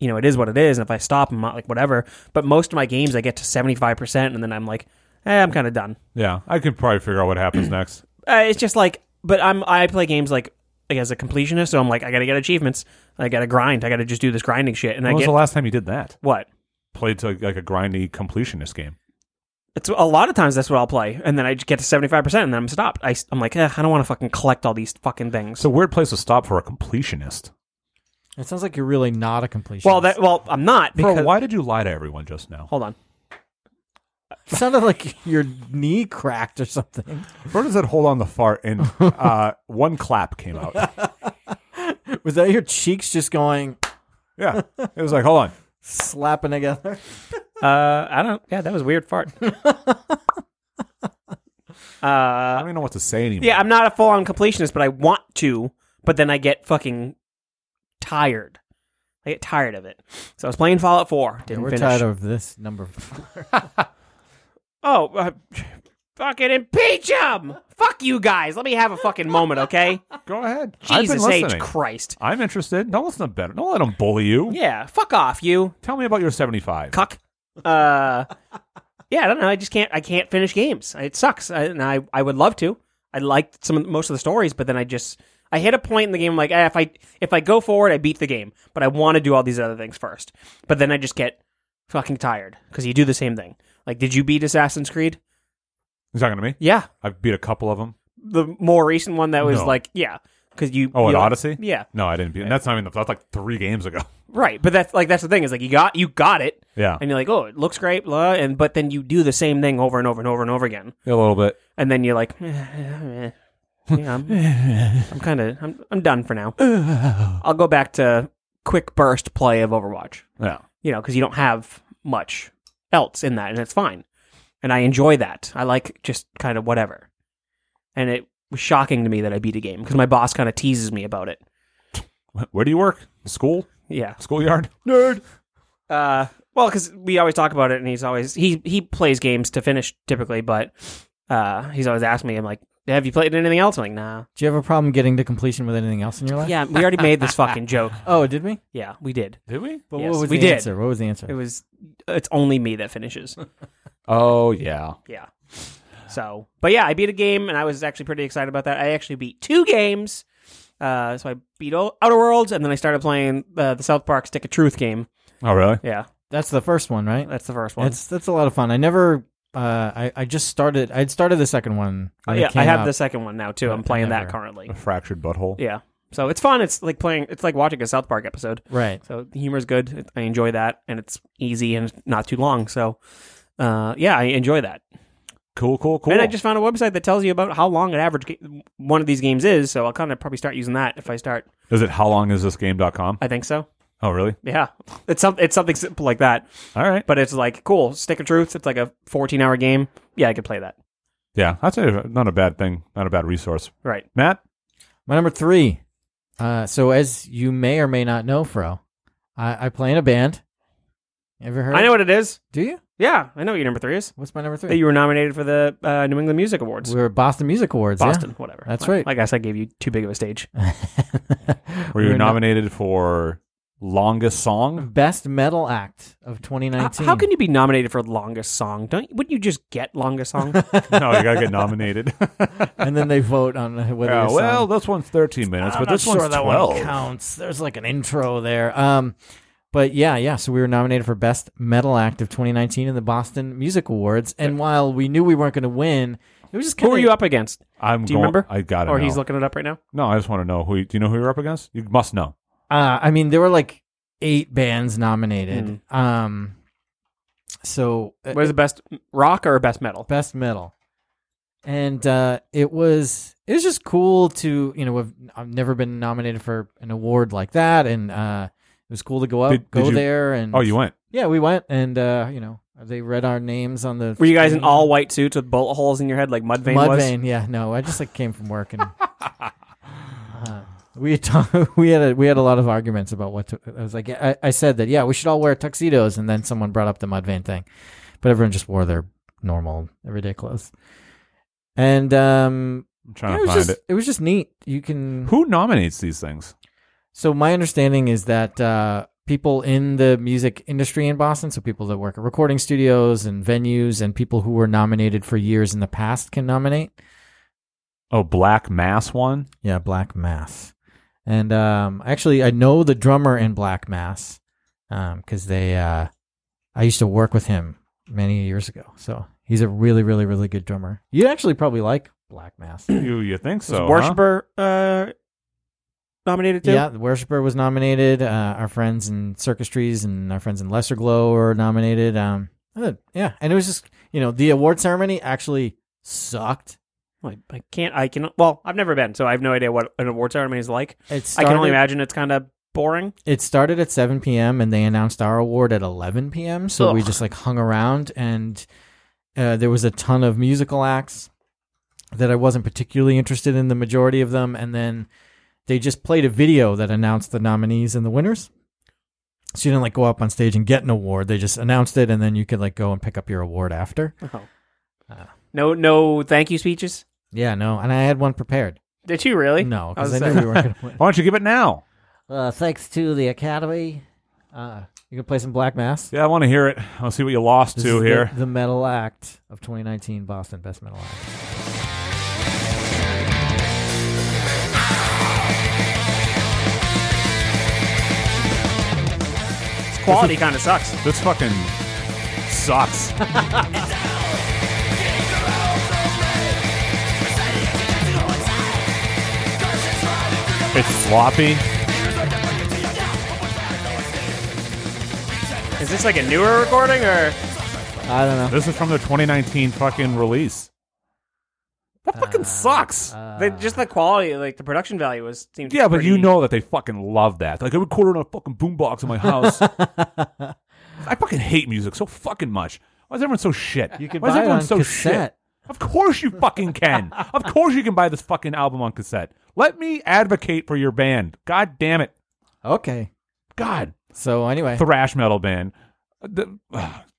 You know, it is what it is. And if I stop, I'm not like whatever. But most of my games, I get to seventy five percent, and then I'm like, eh, I'm kind of done. Yeah, I could probably figure out what *clears throat* happens next. Uh, it's just like, but I'm I play games like like as a completionist, so I'm like I gotta get achievements, I gotta grind, I gotta just do this grinding shit, and When I was get the last time you did that? what. Played to like a grindy completionist game. It's a lot of times that's what I'll play, and then I just get to seventy five percent, and then I'm stopped. I, am like, eh, I don't want to fucking collect all these fucking things. It's a weird place to stop for a completionist. It sounds like you're really not a completion. well, *laughs* that well, I'm not because Bro, why did you lie to everyone just now? hold on, sounded like your knee cracked or something. Bro does that hold on the fart and *laughs* uh, one clap came out. Was that your cheeks just going Yeah. It was like, hold on. slapping together? uh, I don't. Yeah, that was a weird fart. I uh, don't even know what to say *laughs* anymore. yeah, I'm not a full on completionist, but I want to, but then I get fucking tired. I get tired of it. So I was playing Fallout Four. Didn't We're finish. tired of this number. Oh, uh, fucking impeach him! Fuck you guys. Let me have a fucking moment, okay? Go ahead. *laughs* I've been Jesus H. listening. Christ. I'm interested. Don't listen to Ben. Don't let him bully you. Yeah, fuck off, you Tell me about your 75. cuck. Uh, yeah, I don't know. I just can't. I can't finish games. It sucks, I, and I I would love to. I liked some of- most of the stories, but then I just I hit a point in the game. I'm like, eh, if I if I go forward, I beat the game, but I want to do all these other things first. But then I just get fucking tired because you do the same thing. Like, did you beat Assassin's Creed? He's talking to me. Yeah, I've beat a couple of them. the more recent one that was No. like, yeah, because you. Oh, an you- Odyssey? Yeah, No, I didn't beat. And that's not even. That's like three games *laughs* ago. right. But that's like that's the thing is like you got you got it, Yeah, and you're like, oh, it looks great, blah, and but then you do the same thing over and over and over and over again, a little bit. and then you're like, *laughs* eh, eh, eh. yeah, I'm, I'm kind of I'm I'm done for *laughs* now. I'll go back to quick burst play of Overwatch, Yeah, you know, because you don't have much else in that, and it's fine. And I enjoy that. I like just kind of whatever. And it was shocking to me that I beat a game because my boss kind of teases me about it. Where do you work? School? Yeah. Schoolyard? Nerd. Uh, well, because we always talk about it, and he's always he he plays games to finish typically, but uh, he's always asking me, I'm like, "Have you played anything else?" I'm like, "Nah." Do you have a problem getting to completion with anything else in your life? Yeah, we already made this fucking joke. Oh, did we? Yeah, we did. Did we? But Yes, what was we the did. answer? What was the answer? It was it's only me that finishes. Oh yeah. Yeah. So, but yeah, I beat a game, and I was actually pretty excited about that. I actually beat two games. Uh, so I beat o- Outer Worlds, and then I started playing uh, the South Park Stick of Truth game. Oh really? Yeah, That's the first one, right? that's the first one. That's that's a lot of fun. I never. Uh, I I just started. I'd started the second one. Oh, when it yeah, I came have out. the second one now too. Yeah, I'm playing that never. *laughs* currently. A fractured butthole. Yeah. So it's fun. It's like playing. It's like watching a South Park episode. Right. So the humor's good. It- I enjoy that, and it's easy and not too long. So, uh, yeah, I enjoy that. Cool, cool, cool. And I just found a website that tells you about how long an average ga- one of these games is. So I'll kind of probably start using that if I start. Is it how long is this game.com? I think so. Oh really? Yeah, it's some it's something simple like that. All right. But it's like cool stick of truth. It's like a 14 hour game. Yeah, I could play that. Yeah, that's a, not a bad thing. Not a bad resource. Right. Matt. My number three. Uh, so as you may or may not know, Fro, I, I play in a band, Ever heard? I know what it is. Do you? Yeah, I know what your number three is. What's my number That three? you were nominated for the uh, New England Music Awards. we were Boston Music Awards. yeah. *laughs* Boston, whatever. That's Well, right. I guess I gave you too big of a stage. Were you We're not- nominated for longest song? *laughs* Best Metal Act of How, 2019. how can you be nominated for longest song? Don't wouldn't you just get longest *laughs* song? no, you gotta get *laughs* nominated. and then they vote on whether. Yeah, your well, song- this one's 13 minutes, I'm but this not sure one's that 12. one counts. There's like an intro there. Um, but yeah, yeah. So we were nominated for Best Metal Act of 2019 in the Boston Music Awards, and while we knew we weren't going to win, it was just Who kind are you up against? I'm Do you going, remember? I got it. Or he's looking it up right now. No, I just want to know who. you- Do you know who you're up against? You must know. Uh, I mean, there were like eight bands nominated. Hmm. Um, so uh, What is the best rock or best metal? Best Metal, and uh, it was it was just cool to you know I've, I've never been nominated for an award like that, and uh, it was cool to go up, Did- go did you- there, and Oh, you went. Yeah, we went, and uh, you know, they read our names on the. Were you guys in screen. all white suits with bullet holes in your head like Mudvayne was? Mudvayne? Yeah, no, I just like came from *laughs* work, and uh, we had talk, *laughs* we had a, we had a lot of arguments about what to, I was like. I, I said that yeah, we should all wear tuxedos, and then someone brought up the Mudvayne thing, but everyone just wore their normal everyday clothes, and um, I'm yeah, trying it to was find just it. it was just neat. You can Who nominates these things? So my understanding is that uh, people in the music industry in Boston, so people that work at recording studios and venues, and people who were nominated for years in the past can nominate. Oh, Black Mass *clears throat* one. Yeah, Black Mass, and um, actually I know the drummer in Black Mass because they uh, I used to work with him many years ago. So he's a really, really, really good drummer. You'd actually probably like Black Mass. you you think Was so? huh? Worshiper uh, nominated too? Yeah, The Worshiper was nominated. Uh, our friends in Circustries and our friends in Lesser Glow were nominated. Um, uh, yeah, and it was just you know the award ceremony actually sucked. I, I can't. I can. Well, I've never been, so I have no idea what an award ceremony is like. It I started, can only imagine it's kind of boring. It started at 7 p.m. and they announced our award at 11 p.m. So we Ugh. just like hung around and uh, there was a ton of musical acts that I wasn't particularly interested in the majority of them, and then they just played a video that announced the nominees and the winners. So you didn't like go up on stage and get an award. They just announced it, and then you could like go and pick up your award after. No, no, thank you speeches. Yeah, no, and I had one prepared. Did you really? No, I was because I, saying- knew we weren't going to win. Why don't you give it now? *laughs* Uh, thanks to the Academy, uh, you can play some Black Mass. Yeah, I want to hear it. I'll see what you lost This to is the- here. The, Metal Act of 2019 Boston Best Metal Act. Its quality kind of sucks. This fucking sucks. it's sloppy. Is this like a newer recording or? I don't know. This is from their 2019 fucking release. Uh, That fucking sucks. They, just the quality, like the production value was seemed. Uh, yeah, but you pretty- know that they fucking love that. Like I recorded on a fucking boombox in my *laughs* house. I fucking hate music so fucking much. Why is everyone so shit? You can Why is buy it everyone on so cassette. shit? Of course you fucking can. of course you can buy this fucking album on cassette. Let me advocate for your band. God damn it. Okay. God. So anyway, Thrash metal band. *sighs*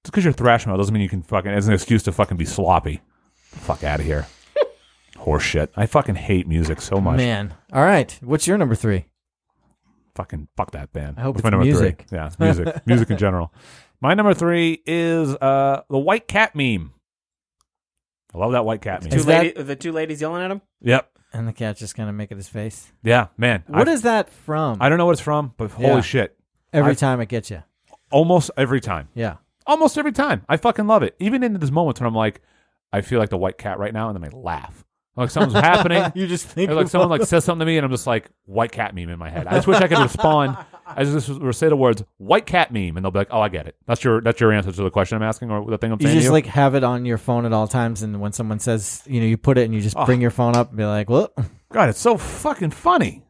Because you're thrash metal doesn't mean you can fucking, as an excuse to fucking be sloppy. Fuck out of here. *laughs* Horse shit. I fucking hate music so much. man. All right. What's your number three? fucking fuck that band. I hope That's it's my number music. Three. Yeah, it's *laughs* music, music in general. My number three is uh the white cat meme. I love that white cat meme. two Is that- lady- the two ladies yelling at him. yep. And the cat's just kind of making his face. Yeah, man. What I, is that from? I don't know what it's from, but holy Yeah. shit! Every I've- time I get you. Almost every time, *laughs* Yeah. almost every time, I fucking love it. Even in these moments when I'm like, I feel like the white cat right now, and then I laugh. Like *laughs* something's happening. you just think Or like of- someone like says something to me, and I'm just like white cat meme in my head. I just wish I could respond. I just wish- say the words white cat meme, and they'll be like, "Oh, I get it. That's your that's your answer to the question I'm asking, or the thing I'm you saying." just to you. like have it on your phone at all times, and when someone says, you know, you put it and you just Oh. bring your phone up and be like, "Well, God, it's so fucking funny.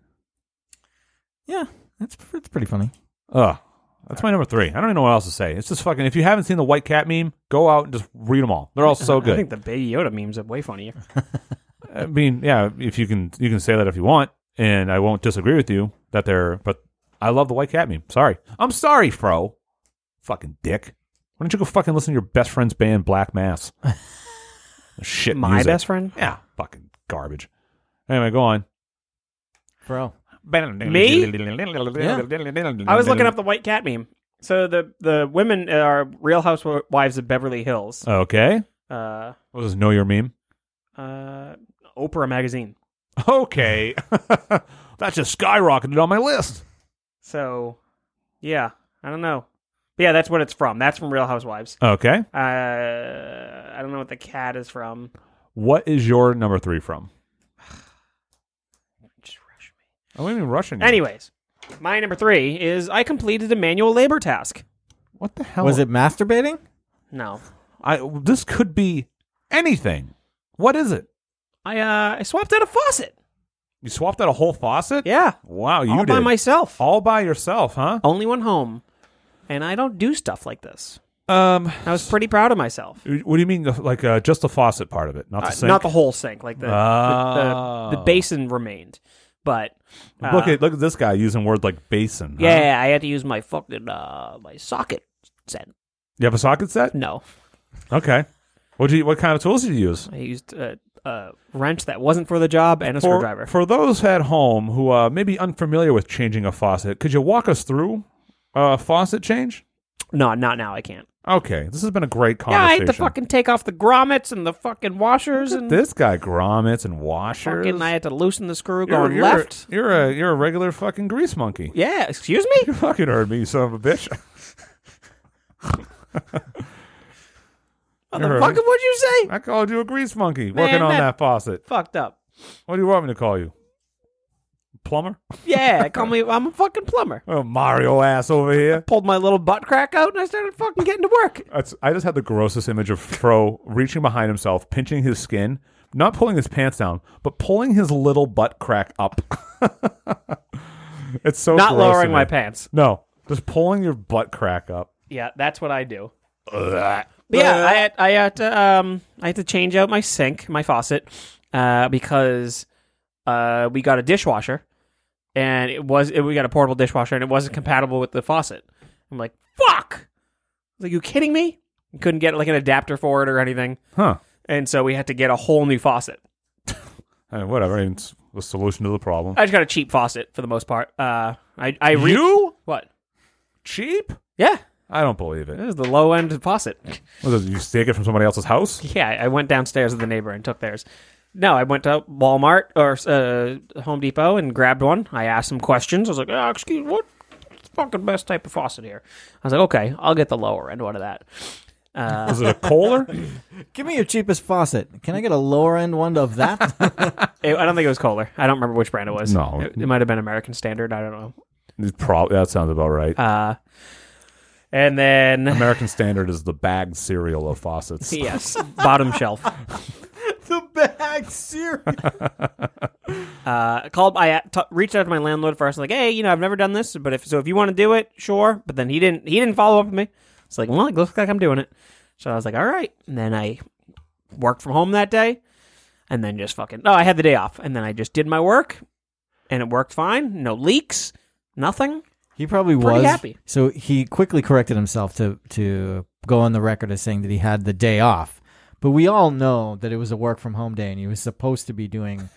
*laughs* yeah, that's it's pretty funny." Ugh. That's my number three. I don't even know what else to say. It's just fucking. If you haven't seen the White Cat meme, go out and just read them all. They're all so I think good. the Baby Yoda memes are way funnier. I mean, yeah, if you can, you can say that if you want, and I won't disagree with you that they're. But I love the White Cat meme. Sorry, I'm sorry, Fro. Fucking dick. Why don't you go fucking listen to your best friend's band, *laughs* Black Mass? Shit, My music. best friend? Yeah, fucking garbage. Anyway, go on. bro. Me? I was looking up the white cat meme. So the the women uh, are Real Housewives of Beverly Hills. Okay. Uh, What was this, Know Your Meme? uh, Oprah magazine. Okay. *laughs* that just skyrocketed on my list. So, yeah, I don't know. But yeah, that's what it's from. That's from Real Housewives. Okay. Uh, I don't know what the cat is from. What is your number three from? *sighs* Just rush me. Oh, we mean Russian. Anyways, my number three is I completed a manual labor task. what the hell Was it masturbating? No, I this could be anything. What is it? I uh, I swapped out a faucet. You swapped out a whole faucet? Yeah, Wow, you all did by myself. all by yourself, huh? Only one home, and I don't do stuff like this. Um, I was pretty proud of myself. what do you mean? the- Like uh, just the faucet part of it, not the Uh, sink. not the whole sink, like the the, the, the Oh. basin remained, but uh, look at look at this guy using words like basin. huh? yeah, I had to use my fucking uh my socket set. You have a socket set? No, Okay. What do you? What kind of tools did you use? I used a, a wrench that wasn't for the job and a For, screwdriver. for those at home who uh, may be unfamiliar with changing a faucet, could you walk us through a uh, faucet change? no, not now. I can't. Okay, this has been a great Yeah, I conversation. had to fucking take off the grommets and the fucking washers Look at and this guy grommets and washers. fucking. I had to loosen the screw You're- going you're- left. You're a you're a regular fucking grease monkey. Yeah, excuse *laughs* me. You fucking heard me, you son of a bitch. You heard Fucking me. what'd you say? I called you a grease monkey Man, working on that- that, faucet. Fucked up. What do you want me to call you? Plumber? Yeah, call me. I'm a fucking plumber. Oh, Mario ass over here. Pulled my little butt crack out and I started fucking getting to work. That's, I just had the grossest image of Fro reaching behind himself, pinching his skin, not pulling his pants down, but pulling his little butt crack up. *laughs* it's so Not Oh, gross to lowering me. my pants. No, just pulling your butt crack up. Yeah, that's what I do. But yeah, I had, I had to um I had to change out my sink, my faucet, uh, because uh we got a dishwasher, and it was it, we got a portable dishwasher, and it wasn't compatible with the faucet. I'm like, fuck! I was like, you kidding me? Couldn't get like an adapter for it or anything, Huh. and so we had to get a whole new faucet. I mean, whatever. I mean, it's the solution to the problem. I just got a cheap faucet for the most part. Uh, I I re- you what? cheap? Yeah, I don't believe this it. is the low end faucet. *laughs* What is it, You take it from somebody else's house? Yeah, I went downstairs with the neighbor and took theirs. No, I went to Walmart or uh, Home Depot and grabbed one. I asked some questions. I was like, ah, "Excuse what fucking best type of faucet here?" I was like, "Okay, I'll get the lower end one of that." Is it a Kohler? Give me your cheapest faucet. Can I get a lower end one *laughs* of that? It- I don't think it was Kohler. I don't remember which brand it was. No. it, it might have been American Standard. I don't know. Probably. That sounds about right. Uh, and then American Standard is the bagged cereal of faucets. *laughs* yes, bottom shelf. the bag cereal. Uh, called. I t- reached out to my landlord first. Like, hey, you know, I've never done this, but if so, if you want to do it, sure. But then he didn't. He didn't follow up with me. It's like, well, it looks like I'm doing it. So I was like, all right. And then I worked from home that day, and then just fucking. No, I had the day off, and then I just did my work, and it worked fine. No leaks, nothing. He probably Pretty was happy. So he quickly corrected himself to to go on the record as saying that he had the day off. But we all know that it was a work from home day, and he was supposed to be doing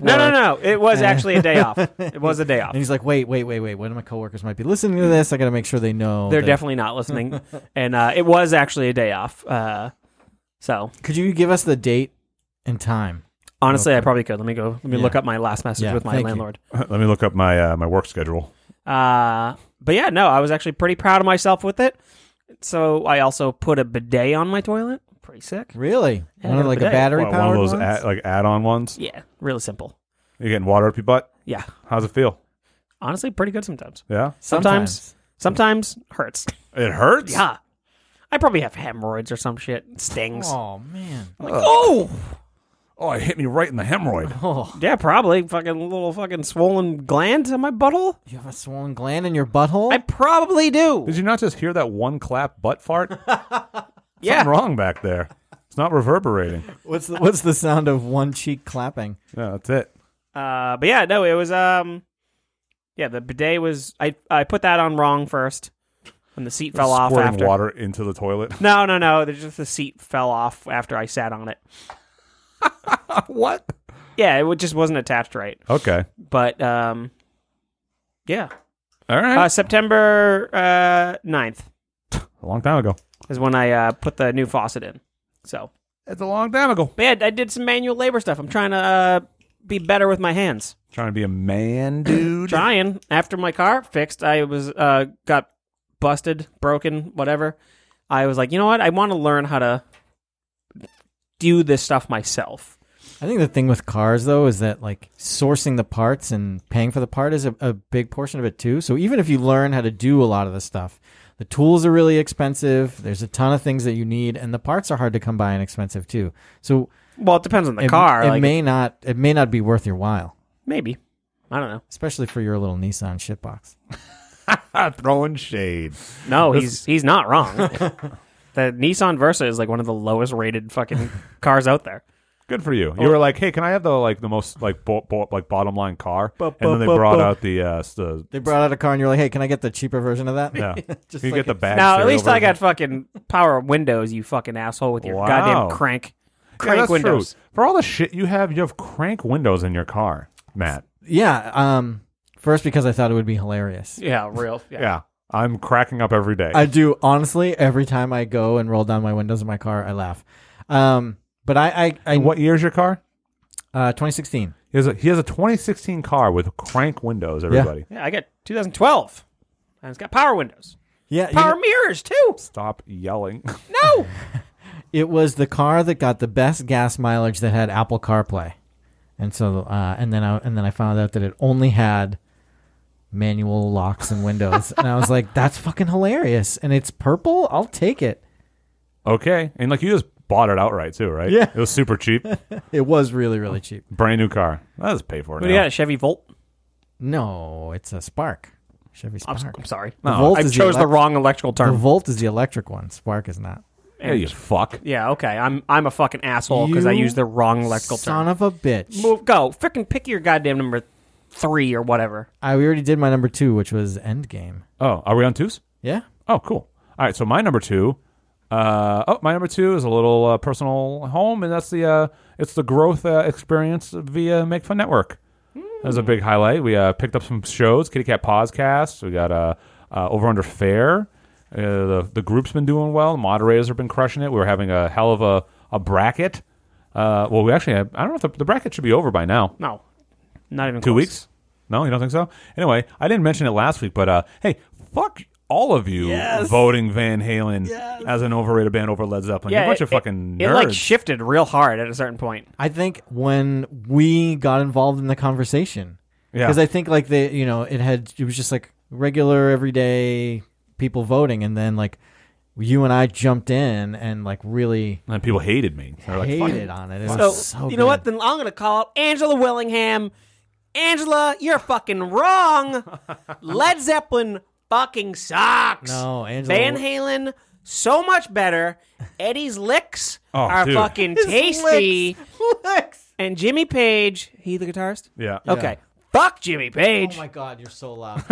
*laughs* No, no, work. no. It was actually a day *laughs* off. It was a day off. And he's like, "Wait, wait, wait, wait. One of my coworkers might be listening to this. I got to make sure they know." They're that- definitely not listening, and uh, it was actually a day off. Uh, so Could you give us the date and time? honestly, I probably could. Let me go. Let me Yeah. look up my last message Yeah, with my thank you. landlord. Let me look up my uh, my work schedule. Uh, but yeah, no, I was actually pretty proud of myself with it. So I also put a bidet on my toilet. Pretty sick. Really? Yeah, one I of got like the a day. battery What, one powered of those ones? add- like add-on ones. Yeah, really simple. You're getting water up your butt. Yeah, How's it feel? honestly, pretty good sometimes. Yeah, Sometimes, sometimes hurts. it hurts. Yeah, I probably have hemorrhoids or some shit. It stings. Oh man. Oh, Oh, it hit me right in the hemorrhoid. Oh, yeah, probably fucking little fucking swollen gland in my butthole. you have a swollen gland in your butthole. I probably do. Did you not just hear that one clap butt *laughs* fart? yeah, Something wrong back there. It's not reverberating. What's the, what's the sound of one cheek clapping? Yeah, that's it. Uh, but yeah, no, it was um, yeah, the bidet was I I put that on wrong first, and the seat fell off Squirting after. water into the toilet. *laughs* No, no, no. There's just the seat fell off after I sat on it. what? Yeah, it w- just wasn't attached right. Okay. But um, yeah, All right. uh, September uh, 9th Uh, a long time ago. is when I uh, put the new faucet in. So, It's a long time ago. but yeah, I did some manual labor stuff. I'm trying to uh, be better with my hands. Trying to be *coughs* a man, dude. Trying after my car fixed, I was uh, got busted, broken, whatever. I was like, you know what? I want to learn how to do this stuff myself. I think the thing with cars though is that like sourcing the parts and paying for the part is a, a big portion of it too. So even if you learn how to do a lot of the stuff, the tools are really expensive. There's a ton of things that you need, and the parts are hard to come by and expensive too. So Well, it depends on the it, car. it like, may not it may not be worth your while, maybe. I don't know. especially for your little Nissan shitbox. Throwing shade. No, he's he's not *laughs* wrong. the Nissan Versa is like one of the lowest rated fucking cars out there. Good for Oh. you. You were like, hey, can I have the like the most like bo- bo- like bottom line car? Ba- and then they ba- ba- brought ba. out the uh, s- the They brought out a car, and you're like, "Hey, can I get the cheaper version of that?" *laughs* yeah. Just you like get the a- bag. Now, at cereal least I version. got fucking power windows, you fucking asshole with your Wow. goddamn crank Yeah, crank that's windows. True. For all the shit you have, you have crank windows in your car, Matt. yeah. Um, first because I thought it would be hilarious. Yeah, real. Yeah. Yeah. I'm cracking up every day. I do honestly. Every time I go and roll down my windows in my car, I laugh. Um, but I, I, I what year's your car? Uh, 2016. He has a, he has a 2016 car with crank windows. Everybody, Yeah, I got 2012, and it's got power windows, Yeah, you power know, mirrors too. stop yelling. *laughs* No, it was the car that got the best gas mileage that had Apple CarPlay, and so uh, and then I and then I found out that it only had manual locks and windows, and I was like, *laughs* "That's fucking hilarious!" And it's purple. I'll take it. okay, and like you just bought it outright too, right? Yeah. it was super cheap, It was really really cheap. brand new car. Let's pay for what it. do now. you got? A Chevy Volt. No, it's a Spark. Chevy I'm, s- Spark. I'm sorry, Oh, The Volt I is chose the elec- wrong electrical The term. Volt is the electric one. Spark is not. Yeah, you fuck. yeah, okay. I'm I'm a fucking asshole because I You used the wrong electrical Son term. of a bitch. Move, go, freaking pick your goddamn number three or whatever. I we already did my number two, which was Endgame. Oh, are we on twos? Yeah. Oh, cool. All right, so my number two. Uh, oh, my number two is a little uh, personal home, and that's the uh, it's the growth uh, experience via Make Fun Network. That was a big highlight. We uh, picked up some shows, Kitty Cat Podcast. We got uh, uh, Over Under Fair. Uh, the, the group's been doing well. The moderators have been crushing it. We were having a hell of a, a bracket. Uh, well, we actually, have, I don't know if the, the bracket should be over by now. No, not even Two close. weeks? No, you don't think so? Anyway, I didn't mention it last week, but uh, hey, fuck all of you voting Van Halen as an overrated band over Led Zeppelin. you bunch it- of fucking it, nerds. It like shifted real hard at a certain point. I think when we got involved in the conversation, Yeah. because I think like the you know it had it was just like regular everyday people voting, and then like you and I jumped in and like really and people hated me. They're like, fuck hated on it. It So, was so you know what? good. Then I'm gonna call out Angela Willingham. Angela, you're fucking *laughs* wrong. Led Zeppelin fucking sucks. No, Angela- Van Halen so much better. Eddie's licks *laughs* Oh, are dude. fucking tasty. And Jimmy Page, he the guitarist. yeah. Okay, fuck Jimmy Page. Oh my god, you're so loud.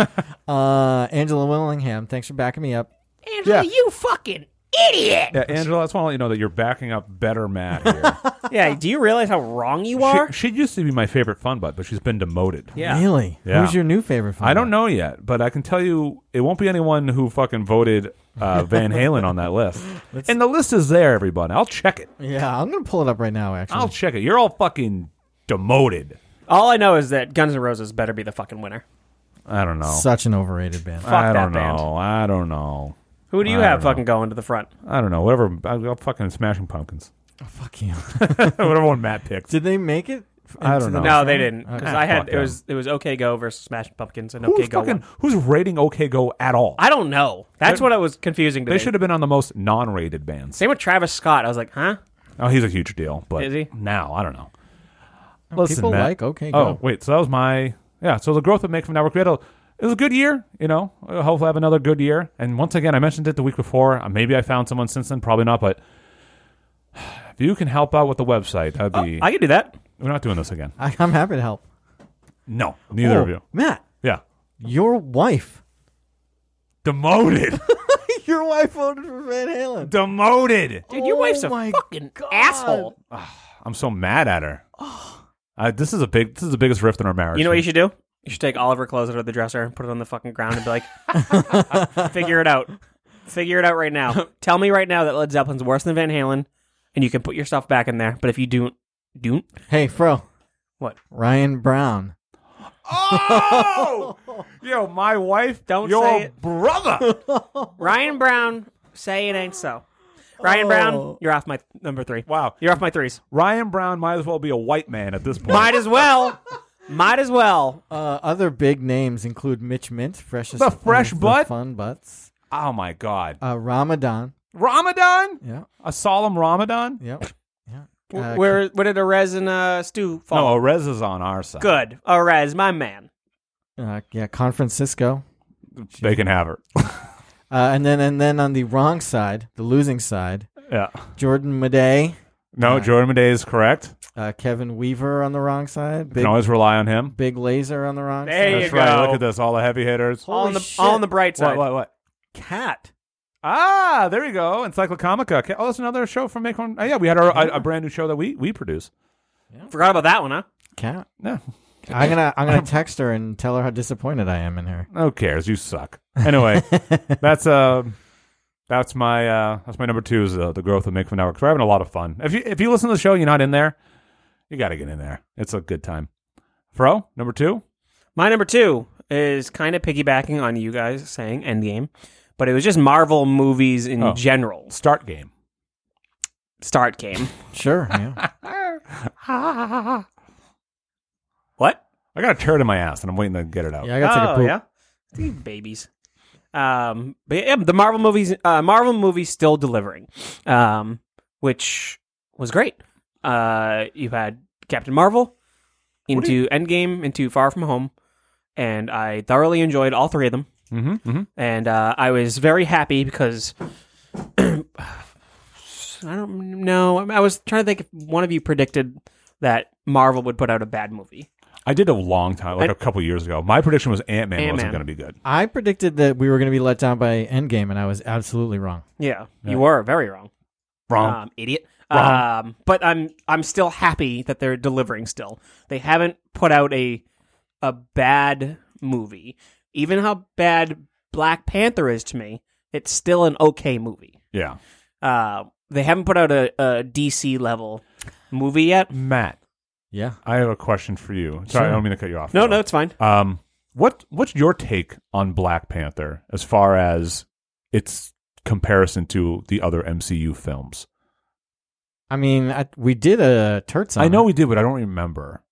uh, Angela Willingham, thanks for backing me up. Angela, Yeah. you fucking idiot. Yeah, Angela, I just want to let you know that you're backing up better Matt *laughs* here. Yeah, do you realize how wrong you are? she, she used to be my favorite fun butt, but she's been demoted. yeah. Really? Yeah. Who's your new favorite? I don't know know. yet, but I can tell you it won't be anyone who fucking voted *laughs* uh, Van Halen on that list. and the list is there, everybody. I'll check it. Yeah, I'm gonna pull it up right now. Actually, I'll check it. You're all fucking demoted. All I know is that Guns N' Roses better be the fucking winner. I don't know. such an overrated band. Fuck that I don't band. know. I don't know. Who do you I have don't know. fucking going to the front? I don't know. Whatever. I'll I'll fucking smashing pumpkins. *laughs* Fuck you. Whatever one Matt picked. *laughs* Did they make it? I into don't the- know. No, they didn't. Because Okay. I had Fuck it was it was OK Go versus Smashing Pumpkins and Who's OK Go. fucking won. who's rating OK Go at all? I don't know. That's what I was confusing. To they me. should have been on the most non-rated bands. Same with Travis Scott. I was like, huh? Oh, he's a huge deal, but Is he? now I don't know. Listen, people Matt. like OK Oh, Go. wait. So that was my yeah. So the growth of Make From Network. We had a it was a good year. You know, Uh, hopefully have another good year. And once again, I mentioned it the week before. Uh, Maybe I found someone since then. Probably not. But *sighs* if you can help out with the website, that'd be. Uh, I can do that. we're not doing this again. *laughs* I, I'm happy to help. No, neither Oh, of you. Matt, Yeah. your wife. Demoted. *laughs* *laughs* Your wife voted for Van Halen. Demoted. Dude, your Oh wife's a my fucking God. asshole. I'm so mad at her. Uh, this is a big. This is the biggest rift in our marriage. You know what you should do? You should take all of her clothes out of the dresser and put it on the fucking ground and be *laughs* like, figure it out. Figure it out right *laughs* now. Tell me right now that Led Zeppelin's worse than Van Halen, and you can put your stuff back in there. But if you don't, don't. Hey, Fro. What? Ryan Brown. *laughs* Oh, yo, my *laughs* wife. Don't your say it. *laughs* brother. Ryan Brown, say it ain't so. Ryan Brown, Oh. you're off my number three. wow, You're off my threes. Ryan Brown might as well be a white man at this point. Might as well. Might as well. Uh, other big names include Mitch Mint, freshest The fresh of butt? fun butts. oh my God, Uh, Ramadan. Ramadan, Yeah, a solemn Ramadan. yep, yeah. Uh, Where, where did Arez and uh, Stu No, fall? Orez is on our side. Good. Arez, my man. Uh, yeah, Con Francisco. They can have her. Uh, and then and then on the wrong side, the losing side, Yeah. Jordan Madey, No, Jordan Day is correct. uh, Kevin Weaver on the wrong side, You big can always rely on him. big laser on the wrong There side. you That's right. go. Look at this. All the heavy hitters. all, on Holy the, shit. all on the bright side. What, what, what? Cat. Ah, there you go. Encyclocomica. Ca- Oh, that's another show from Make One. Oh, yeah, we had our, a, a brand new show that we, we produce. Forgot about that one, huh? Cat. No, I'm gonna *laughs* I'm gonna text her and tell her how disappointed I am in her. who cares? You suck. Anyway, that's uh, that's my uh, that's my number two is uh, the growth of Make Fun Network. We're having a lot of fun. If you if you listen to the show, you're not in there. You got to get in there. It's a good time. Fro number two. My number two is kind of piggybacking on you guys saying Endgame, but it was just Marvel movies in Oh. general. Start game. Start game. Sure. Yeah. what? I got a turd in my ass, and I'm waiting to get it out. *laughs* yeah, I gotta take a poop. Oh, yeah, These babies. Um, but yeah, the Marvel movies, uh, Marvel movies still delivering, um, which was great. Uh, you had Captain Marvel into Endgame, into Far From Home, and I thoroughly enjoyed all three of them. Mm-hmm, mm-hmm. and uh, I was very happy because *clears throat* I don't know. I was trying to think if one of you predicted that Marvel would put out a bad movie. I did a long time, like a couple years ago. My prediction was Ant Man wasn't Ant-Man. going to be good. I predicted that we were gonna be let down by Endgame, and I was absolutely wrong. Yeah, you were very wrong, Wrong. um, idiot. Wrong. Um, but I'm I'm still happy that they're delivering. Still, they haven't put out a a bad movie. Even how bad Black Panther is to me, it's still an okay movie. yeah. Uh, they haven't put out a, a DC level movie yet. Matt, Yeah. I have a question for you. Sorry, I don't mean to cut you off. No, Fro. no, it's fine. Um, what what's your take on Black Panther as far as its comparison to the other MCU films? I mean, I, we did a turts. On I know it. we did, but I don't remember.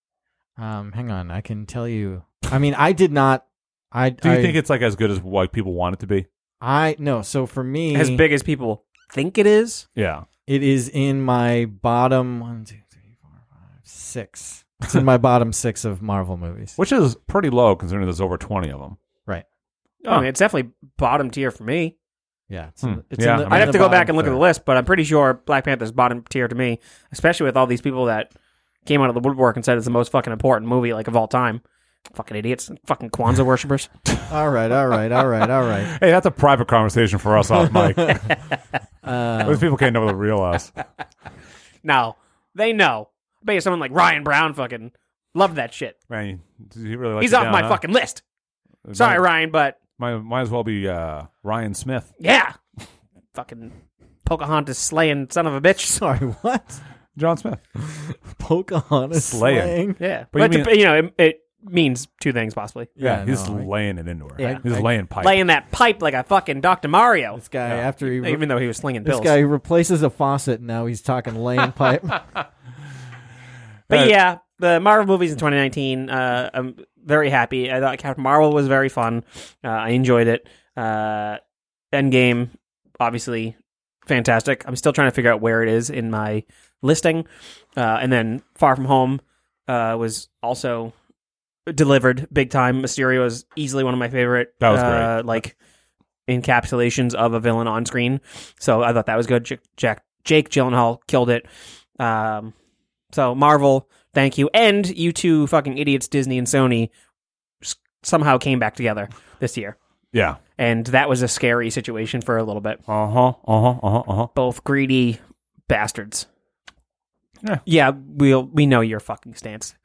Um, hang on, I can tell you. I mean, I did not. I Do you I, think it's like as good as what people want it to be? I no. So for me, As big as people think it is. Yeah. it is in my bottom one, two, three, four, five, six. It's in my bottom six of Marvel movies. Which is pretty low considering there's over 20 of them. Right. I mean, it's definitely bottom tier for me. Yeah. It's Hmm. in, it's Yeah, in the, I mean- I'd have to go back and look at list. the list, but I'm pretty sure Black Panther's bottom tier to me, especially with all these people that came out of the woodwork and said it's the most fucking important movie like of all time. Fucking idiots, fucking Kwanzaa worshippers. All right, all right, all right, all right. *laughs* Hey, that's a private conversation for us off mic. Um, *laughs* Those people can't know the real us. No, they know. I bet you someone like Ryan Brown fucking loved that shit. Man, you really let He's you off down, my huh? fucking list. Sorry, might, Ryan, but Might, might as well be uh, Ryan Smith. yeah, fucking Pocahontas slaying son of a bitch. *laughs* Sorry, what? John Smith. Pocahontas Slaying. slaying. Yeah, but, But you it mean- dep- you, know, it, it means two things possibly. Yeah, Yeah, he's no, I- laying it into her. Yeah. He's laying pipe. Laying that pipe like a fucking Dr. Mario, This guy after he re- even though he was slinging this pills. guy replaces a faucet, now he's talking *laughs* laying pipe. But Uh, yeah, the Marvel movies in 2019, uh, I'm very happy. I thought Captain Marvel was very fun. Uh, I enjoyed it. Uh, Endgame, obviously, fantastic. I'm still trying to figure out where it is in my listing. Uh, and then Far From Home uh, was also delivered big time. Mysterio is easily one of my favorite. That was uh, great. Like encapsulations of a villain on screen. So I thought that was good. Jack, Jack Jake Gyllenhaal killed it. Um, so Marvel, thank you, and you two fucking idiots, Disney and Sony, s- somehow came back together this year. Yeah. and that was a scary situation for a little bit. Uh huh. Uh huh. Uh huh. Uh huh. Both greedy bastards. Yeah. we will we know your fucking stance.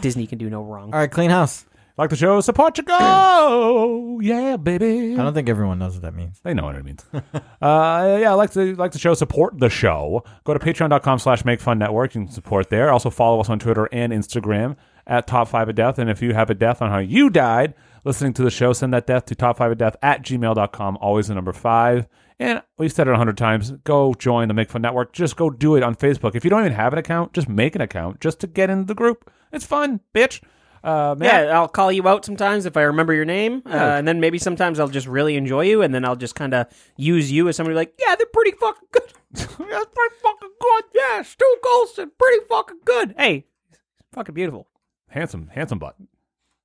Disney can do no wrong. All right, clean house. Like the show, support your go. yeah, baby. I don't think everyone knows what that means. They know what it means. *laughs* uh, yeah, like to like the show. Support the show. Go to patreon.com slash make fun network. You can support there. Also follow us on Twitter and Instagram at top five of death. And if you have a death on how you died listening to the show, send that death to top five of death at gmail.com. Always the number five. And we've said it a hundred times. Go join the Make Fun Network. Just go do it on Facebook. If you don't even have an account, just make an account just to get into the group. It's fun, bitch. Uh, Matt, Yeah, I'll call you out sometimes if I remember your name, uh, and then maybe sometimes I'll just really enjoy you, and then I'll just kind of use you as somebody like, yeah, they're pretty fucking good. *laughs* That's pretty fucking good. Yeah, Stu Golston, pretty fucking good. Hey, fucking beautiful, handsome, handsome butt.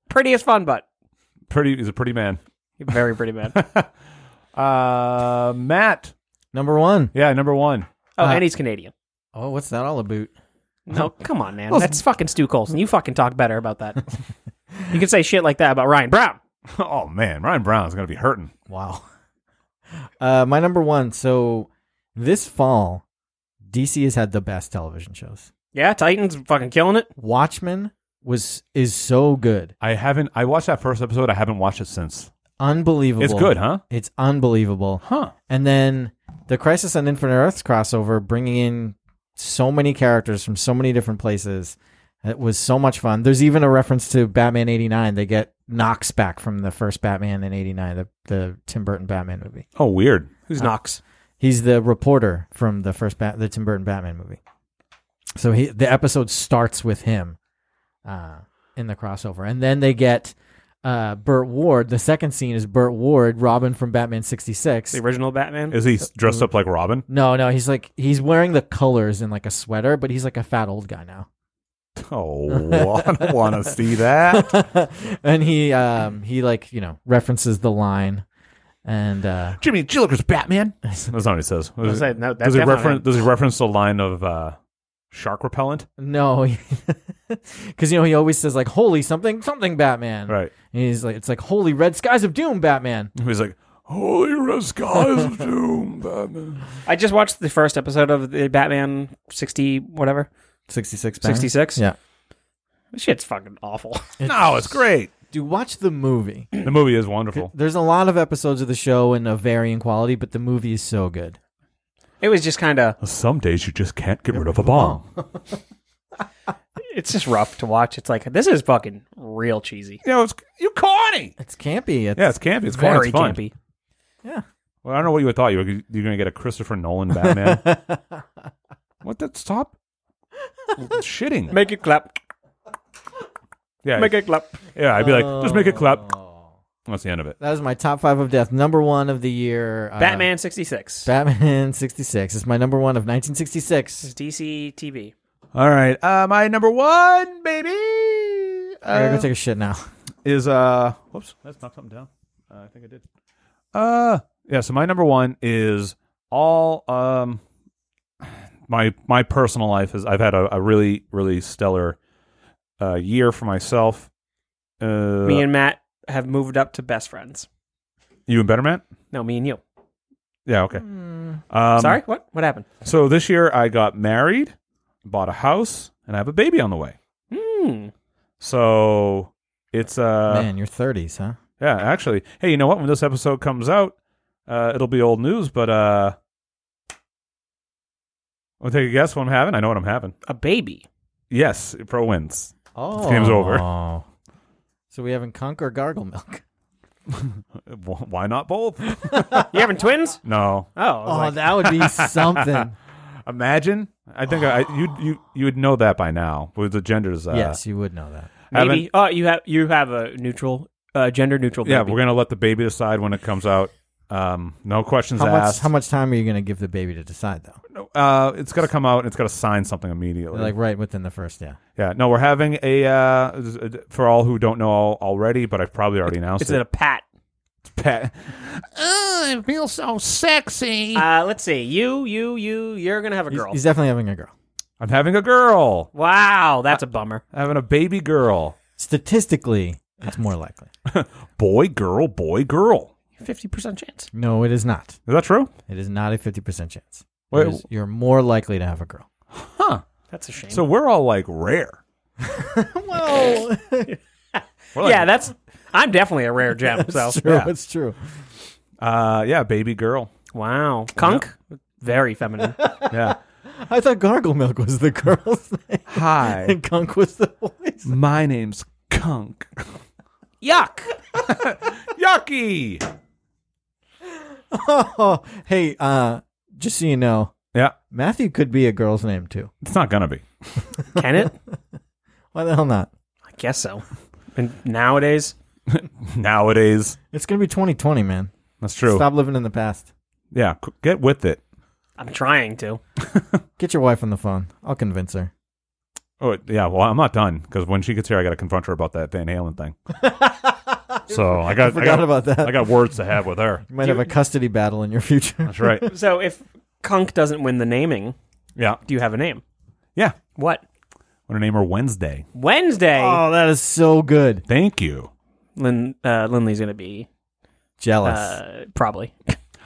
prettiest fun butt. Pretty, he's a pretty man. You're very pretty *laughs* man. Uh, Matt. Number one. Yeah, number one. Oh, and he's Canadian. Oh, what's that all about? No, come on, man. That's fucking Stu Colson. You fucking talk better about that. you can say shit like that about Ryan Brown. *laughs* Oh man, Ryan Brown's gonna be hurting. Wow. *laughs* Uh, my number one. So this fall, DC has had the best television shows. Yeah, Titans fucking killing it. Watchmen was is so good, I haven't. I watched that first episode. I haven't watched it since. unbelievable. It's good, huh? It's unbelievable. Huh. And then the Crisis on Infinite Earths crossover, bringing in so many characters from so many different places. It was so much fun. There's even a reference to Batman '89. They get Knox back from the first Batman in '89, the the Tim Burton Batman movie. Oh, weird. Who's Knox? He's the reporter from the first Bat- the Tim Burton Batman movie. So he the episode starts with him uh, in the crossover, and then they get uh, Burt Ward. The second scene is Burt Ward, Robin from Batman '66. The original Batman. Is he dressed up like *laughs* Robin? No, no, he's like he's wearing the colors in like a sweater, but he's like a fat old guy now. Oh, *laughs* I don't want to see that. and he um he like, you know, references the line and uh *laughs* Jimmy Chillicker's Batman. That's not what he says. was like, no, that's does he definitely reference? not- Does he reference the line of uh, shark repellent? no *laughs* cuz you know he always says like holy something something Batman. Right. And he's like it's like holy red skies of doom Batman. He's like, "Holy red skies of doom, Batman." I just watched the first episode of the Batman sixty whatever 66 sixty six. Yeah. shit's fucking awful. *laughs* No, *laughs* it's great. *clears throat* Do watch the movie. The movie is wonderful. There's a lot of episodes of the show in a varying quality, but the movie is so good. It was just kind of Some days you just can't get rid of a bomb. it's just rough to watch. It's like this is fucking real cheesy, You know, it's you corny. It's campy. It's, Yeah, it's campy. It's corny. very It's fun. campy. Well, I don't know what you would thought. You were, you were going to get a Christopher Nolan Batman. what? That stop shitting. Make it clap. Yeah, Make it clap. yeah. I'd be like, just make a Oh. clap. That's the end of it. That is my top five of death. Number one of the year. uh, Batman sixty six. Batman *laughs* 66. It's my number one of 1966. DC TV. All right, uh, my number one baby I'm going to uh, go take a shit now. is uh. Whoops, that's knocked something down. Uh, I think I did. Uh, yeah. So my number one is all um. My my personal life is I've had a, a really really stellar uh, year for myself. Uh, Me and Matt have moved up to best friends. you and Betterment. No, me and you. Yeah. Okay. Hmm. Um, Sorry, what? What happened? So this year I got married, bought a house, and I have a baby on the way. Hmm. So it's uh Man, your 30s, huh? yeah, actually, hey, you know what? When this episode comes out, uh, it'll be old news. But uh, I'll take a guess what I'm having. I know what I'm having. A baby. Yes, pro wins. *laughs* Oh. This game's over. So we haven't conk or gargle milk. Wh- Why not both? You having twins? no, Oh, I was *laughs* Oh, like- that would *laughs* be something. imagine. I think I you you you would know that by now with the genders. Uh, yes, you would know that. Maybe. Oh, you have you have a neutral, uh, gender neutral. Yeah, Baby. we're gonna let the baby decide when it comes out. Um, no questions How much, asked. how much time are you going to give the baby to decide, though? No, uh, it's got to come out and it's got to sign something immediately. Like right within the first, yeah. yeah, no, we're having a uh, for all who don't know al- already, but I've probably already announced It's it. a pat. pet. I feel so sexy. Uh, let's see. You, you, you. You're gonna have a He's, girl. he's definitely having a girl. I'm having a girl. wow, that's a bummer. I'm having a baby girl. Statistically, it's more likely. Boy, girl, boy, girl. fifty percent chance. No, it is not. Is that true? It is not a fifty percent chance. Wait, There's- you're more likely to have a girl. Huh. That's a shame. So we're all like rare. Well, We're like, yeah, that's. I'm definitely a *laughs* rare gem. So it's true. Yeah. It's true. uh, yeah, baby girl. wow, Kunk, very *laughs* feminine. Yeah. I thought gargle milk was the girl's *laughs* name *laughs* Hi, and gunk was the *laughs* boy's. my name's Kunk. Yuck. *laughs* Yucky. Oh, hey, uh, just so you know, Yeah, Matthew could be a girl's name too. it's not gonna be. Can *laughs* it? Why the hell not? I guess so. And nowadays, Nowadays, It's gonna be 2020, man. that's true. Stop living in the past. Yeah, c- get with it. I'm trying to. Get your wife on the phone. I'll convince her. Oh yeah, well I'm not done because when she gets here, I got to confront her about that Van Halen *laughs* thing. so I got Forgot I got, about that. I got words to have with her. you might have a custody battle in your *laughs* future. That's right. So if Kunk doesn't win the naming, Yeah, do you have a name? yeah. What? Want to name her Wednesday? Wednesday. Oh, that is so good. Thank you. Lin uh, Linley's gonna be Jealous. uh, probably.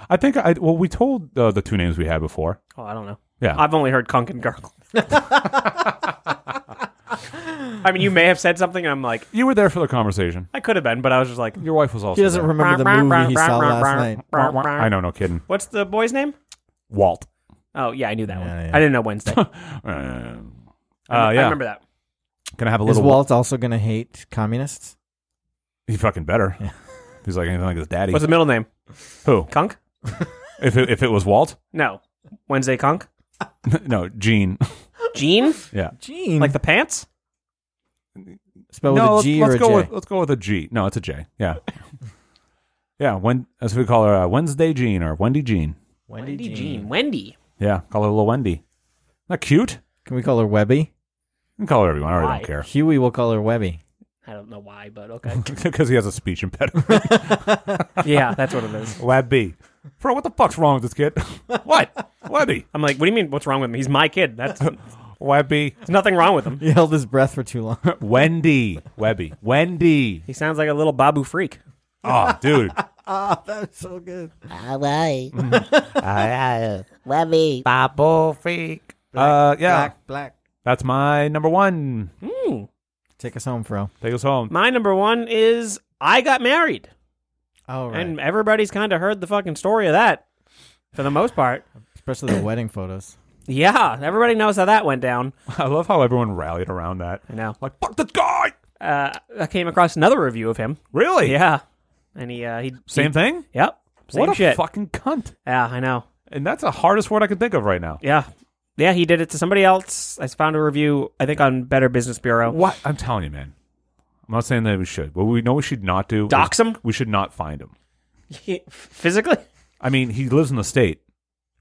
I think I well we told uh, the two names we had before. Oh, I don't know. Yeah. I've only heard Kunk and Gargle. *laughs* I mean, you may have said something, and I'm like, you were there for the conversation. I could have been, but I was just like, Your wife was also. he doesn't there. remember the movie he saw last night. I know, no kidding. What's the boy's name? Walt. Oh, yeah, I knew that one. Yeah, yeah. I didn't know *laughs* Wednesday. I, Uh, yeah. Uh, I remember that. Can I have a Is little? Walt also going to hate communists? He fucking better. He's like anything like his daddy. What's the middle name? Who? Kunk? If it, if it was Walt? *laughs* No. Wednesday Kunk? no, Gene. *laughs* Jean? yeah. Gene, like the pants? spelled no, with a let's, G let's or a go J. with let's go with a G. No, it's a J. Yeah. *laughs* yeah. When as we call her uh, Wednesday Jean or Wendy Jean. Wendy, Wendy. Yeah, call her little Wendy. Not cute. You Can we call her Webby? can call her everyone. I really Why? don't care Huey will call her Webby. *laughs* I don't know why, but okay. *laughs* because he has a speech impediment. *laughs* yeah, that's what it is. Webby, bro, what the fuck's wrong with this kid? *laughs* what Webby? I'm like, what do you mean? What's wrong with him? He's my kid. That's there's Webby, nothing wrong with him. He held his breath for too long. *laughs* Wendy, Webby, Wendy. He sounds like a little Babu freak. Oh, dude. That's so good. All right. *laughs* Let me. *laughs* Bubble freak. uh, *laughs* yeah, Black, black. that's my number one. Take us home, Fro. Take us home. *laughs* My number one is I got married, Oh, right. and everybody's kind of heard the fucking story of that for the most part. Especially the wedding photos. *laughs* Yeah, everybody knows how that went down. I love how everyone rallied around that. I know. Like, fuck this guy. Uh, I came across another review of him. Really? Yeah, and he uh, he Same thing. he- Yep. Same what a shit. fucking cunt. yeah, I know. And that's the hardest word I can think of right now. Yeah. Yeah, he did it to somebody else. I found a review, I think, on Better Business Bureau. What? I'm telling you, man. I'm not saying that we should. What we know we should not do. Dox is- him? We should not find him. *laughs* Physically? I mean, he lives in the state.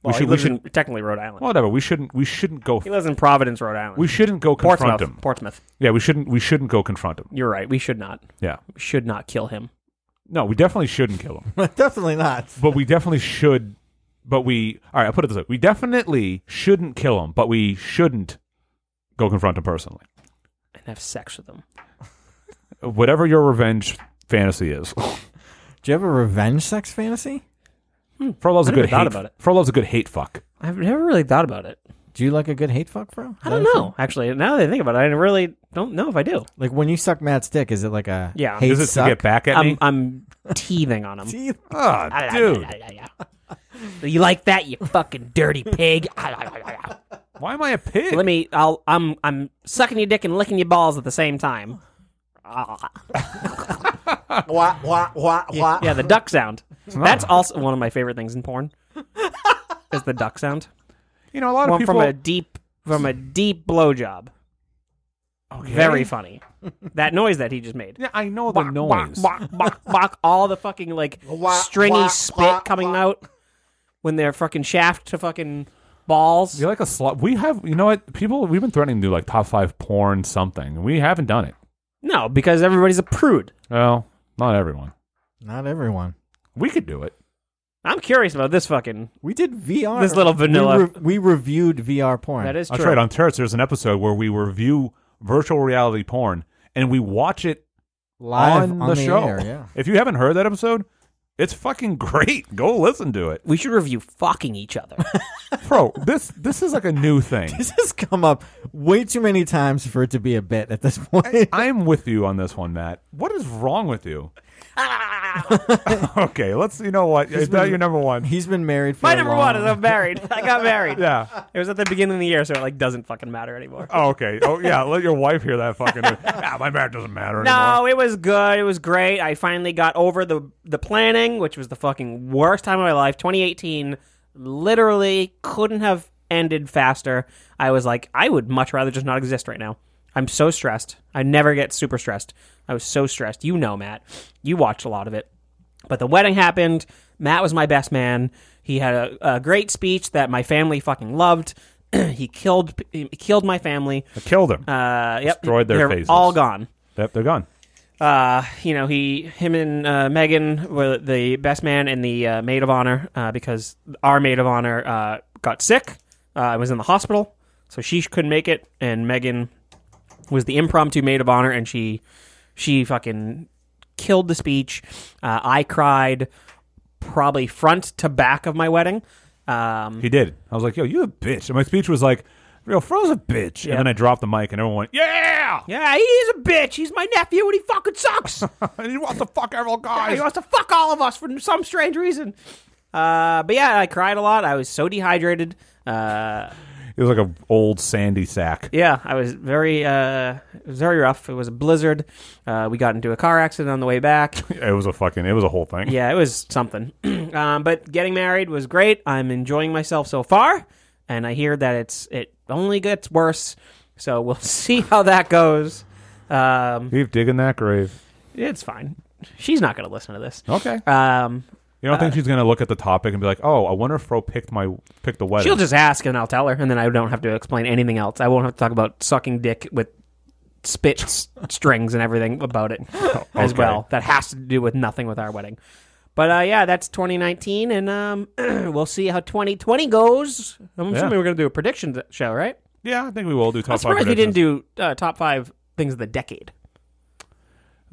Well, we he should. We lives should. in technically Rhode Island. Whatever. We shouldn't. We shouldn't go. he lives in Providence, Rhode Island. We shouldn't go confront Portsmouth. him. Portsmouth. Yeah, we shouldn't. We shouldn't go confront him. You're right. We should not. Yeah. We should not kill him. No, we definitely shouldn't kill him. Definitely not. but we definitely should. But we. All right. I put it this way: we definitely shouldn't kill him, but we shouldn't go confront him personally. And have sex with him. Whatever your revenge fantasy is. Do you have a revenge sex fantasy? Frollo's a I never good thought hate. about it. Frollo's a good hate fuck. I've never really thought about it. Do you like a good hate fuck, Fro? I don't know. Actually, now that I think about it, I really don't know if I do. Like when you suck Matt's dick, is it like a Yeah. hate Is it suck? to get back at I'm, me? I'm teething on him. Teeth? Ah, *laughs* dude, *laughs* you like that, you fucking dirty pig? *laughs* why am I a pig? Let me. I'll. I'm. I'm sucking your dick and licking your balls at the same time. Wah, wah, wah, wah. Yeah, the duck *laughs* sound. That's also one of my favorite things in porn. Is the duck sound you know, a lot of one people. from a deep from a deep blowjob? Okay. Very funny. That noise that he just *laughs* made. Yeah, I know the Bok, noise. bok, bok, bok, all the fucking like stringy spit coming out when they're fucking shaft to fucking balls. You're like a slut. We have, you know what? People, we've been threatening to do like top five porn something. We haven't done it. No, because everybody's a prude. Well, not everyone. Not everyone. We could do it. I'm curious about this fucking. We did VR. This little vanilla- We, re- we reviewed VR porn. That is true. That's right. On Turrets, there's an episode where we review virtual reality porn and we watch it live on, the, show. air, yeah. If you haven't heard that episode, It's fucking *laughs* great. Go listen to it, We should review fucking each *laughs* other. bro. This this is like a new thing. This has come up way too many times for it to be a bit at this *laughs* point. I'm with you on this one, Matt. What is wrong with *laughs* you? okay, let's. You know what? Is that your *laughs* number one? He's been married for My a number long- one is I'm married. I got married. *laughs* Yeah. It was at the beginning of the year, so it like doesn't fucking matter anymore. Oh, okay. Oh, yeah. Let your wife hear *laughs* that fucking. ah, my marriage doesn't matter anymore. No, it was good. It was great. I finally got over the the planning, which was the fucking worst time of my life. 2018 literally couldn't have ended faster. I was like, I would much rather just not exist right now. I'm so stressed. I never get super stressed. I was so stressed. You know, Matt. You watched a lot of it. But the wedding happened. Matt was my best man. He had a, a great speech that my family fucking loved. *clears throat* he killed he killed my family. I killed him. Uh, yep, Destroyed their they're faces. All gone Yep, they're gone. uh, you know, he, him, and uh, Megan were the best man and the uh, maid of honor uh, because our maid of honor uh, got sick. Uh, was in the hospital, so she couldn't make it, and Megan was the impromptu maid of honor, and she, she fucking killed the speech. Uh, I cried, probably front to back of my wedding. Um, He did. I was like, yo, you a bitch. And my speech was like, yo, Fro's a bitch. Yep. And then I dropped the mic, and everyone went, yeah. yeah, he is a bitch. He's my nephew, and he fucking sucks. *laughs* And he wants to fuck Errol *laughs* Yeah, guys. he wants to fuck all of us for some strange reason. Uh, but yeah, I cried a lot. I was so dehydrated. Uh, It was like an old sandy sack. yeah, I was very, uh, it was very rough. It was a blizzard. Uh, we got into a car accident on the way *laughs* back. It was a fucking. It was a whole thing. yeah, it was something. *clears throat* um, but getting married was great. I'm enjoying myself so far, and I hear that it's it only gets worse. So we'll *laughs* see how that goes. Um, Keep digging that grave. it's fine. She's not going to listen to this. Okay. Um, You don't think she's gonna look at the topic and be like, "Oh, I wonder if Fro picked my picked the wedding." She'll just ask and I'll tell her, and then I don't have to explain anything else. I won't have to talk about sucking dick with spit *laughs* s- strings and everything about it as Oh, okay. well. That has to do with nothing with our wedding. But uh, yeah, that's 2019, and um, *clears throat* we'll see how 2020 goes. I'm Yeah. assuming we're going to do a prediction th- show, right? yeah, I think we will do top I'm five. surprised you didn't predictions. do uh, top five things of the decade.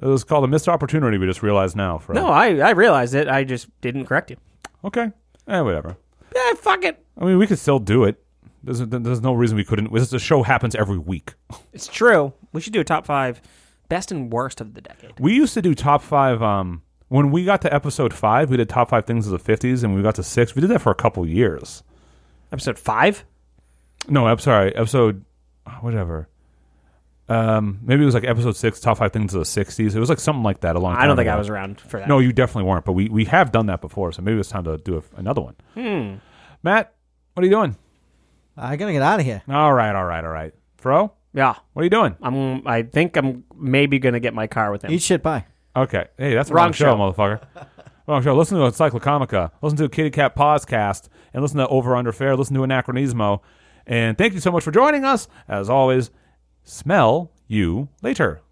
It was called a missed opportunity. We just realized now, Fro. No, I, I realized it. I just didn't correct you. Okay. Eh, whatever. Eh, fuck it. I mean, we could still do it. There's, there's no reason we couldn't. This the show happens every week. It's true. We should do a top five best and worst of the decade. We used to do top five. Um, when we got to episode five, we did top five things of the '50s, and we got to six. We did that for a couple years. Episode five? No, I'm sorry. Episode, oh, whatever. Um, maybe it was like episode six, top five things of the '60s. It was like something like that. A long. Time I don't think ago. I was around for that. No, you definitely weren't. But we we have done that before, so maybe it's time to do a, another one. Matt, what are you doing? I gotta get out of here. All right, all right, all right. Fro, Yeah. what are you doing? I'm. I think I'm maybe gonna get my car with him. Eat shit. Bye. Okay. Hey, that's the Wrong wrong, show, show. motherfucker. wrong show. Listen to Encyclocomica. Listen to Kitty Cat Podcast. And listen to Over Under Fair. Listen to Anachronismo. And thank you so much for joining us. As always, smell you later.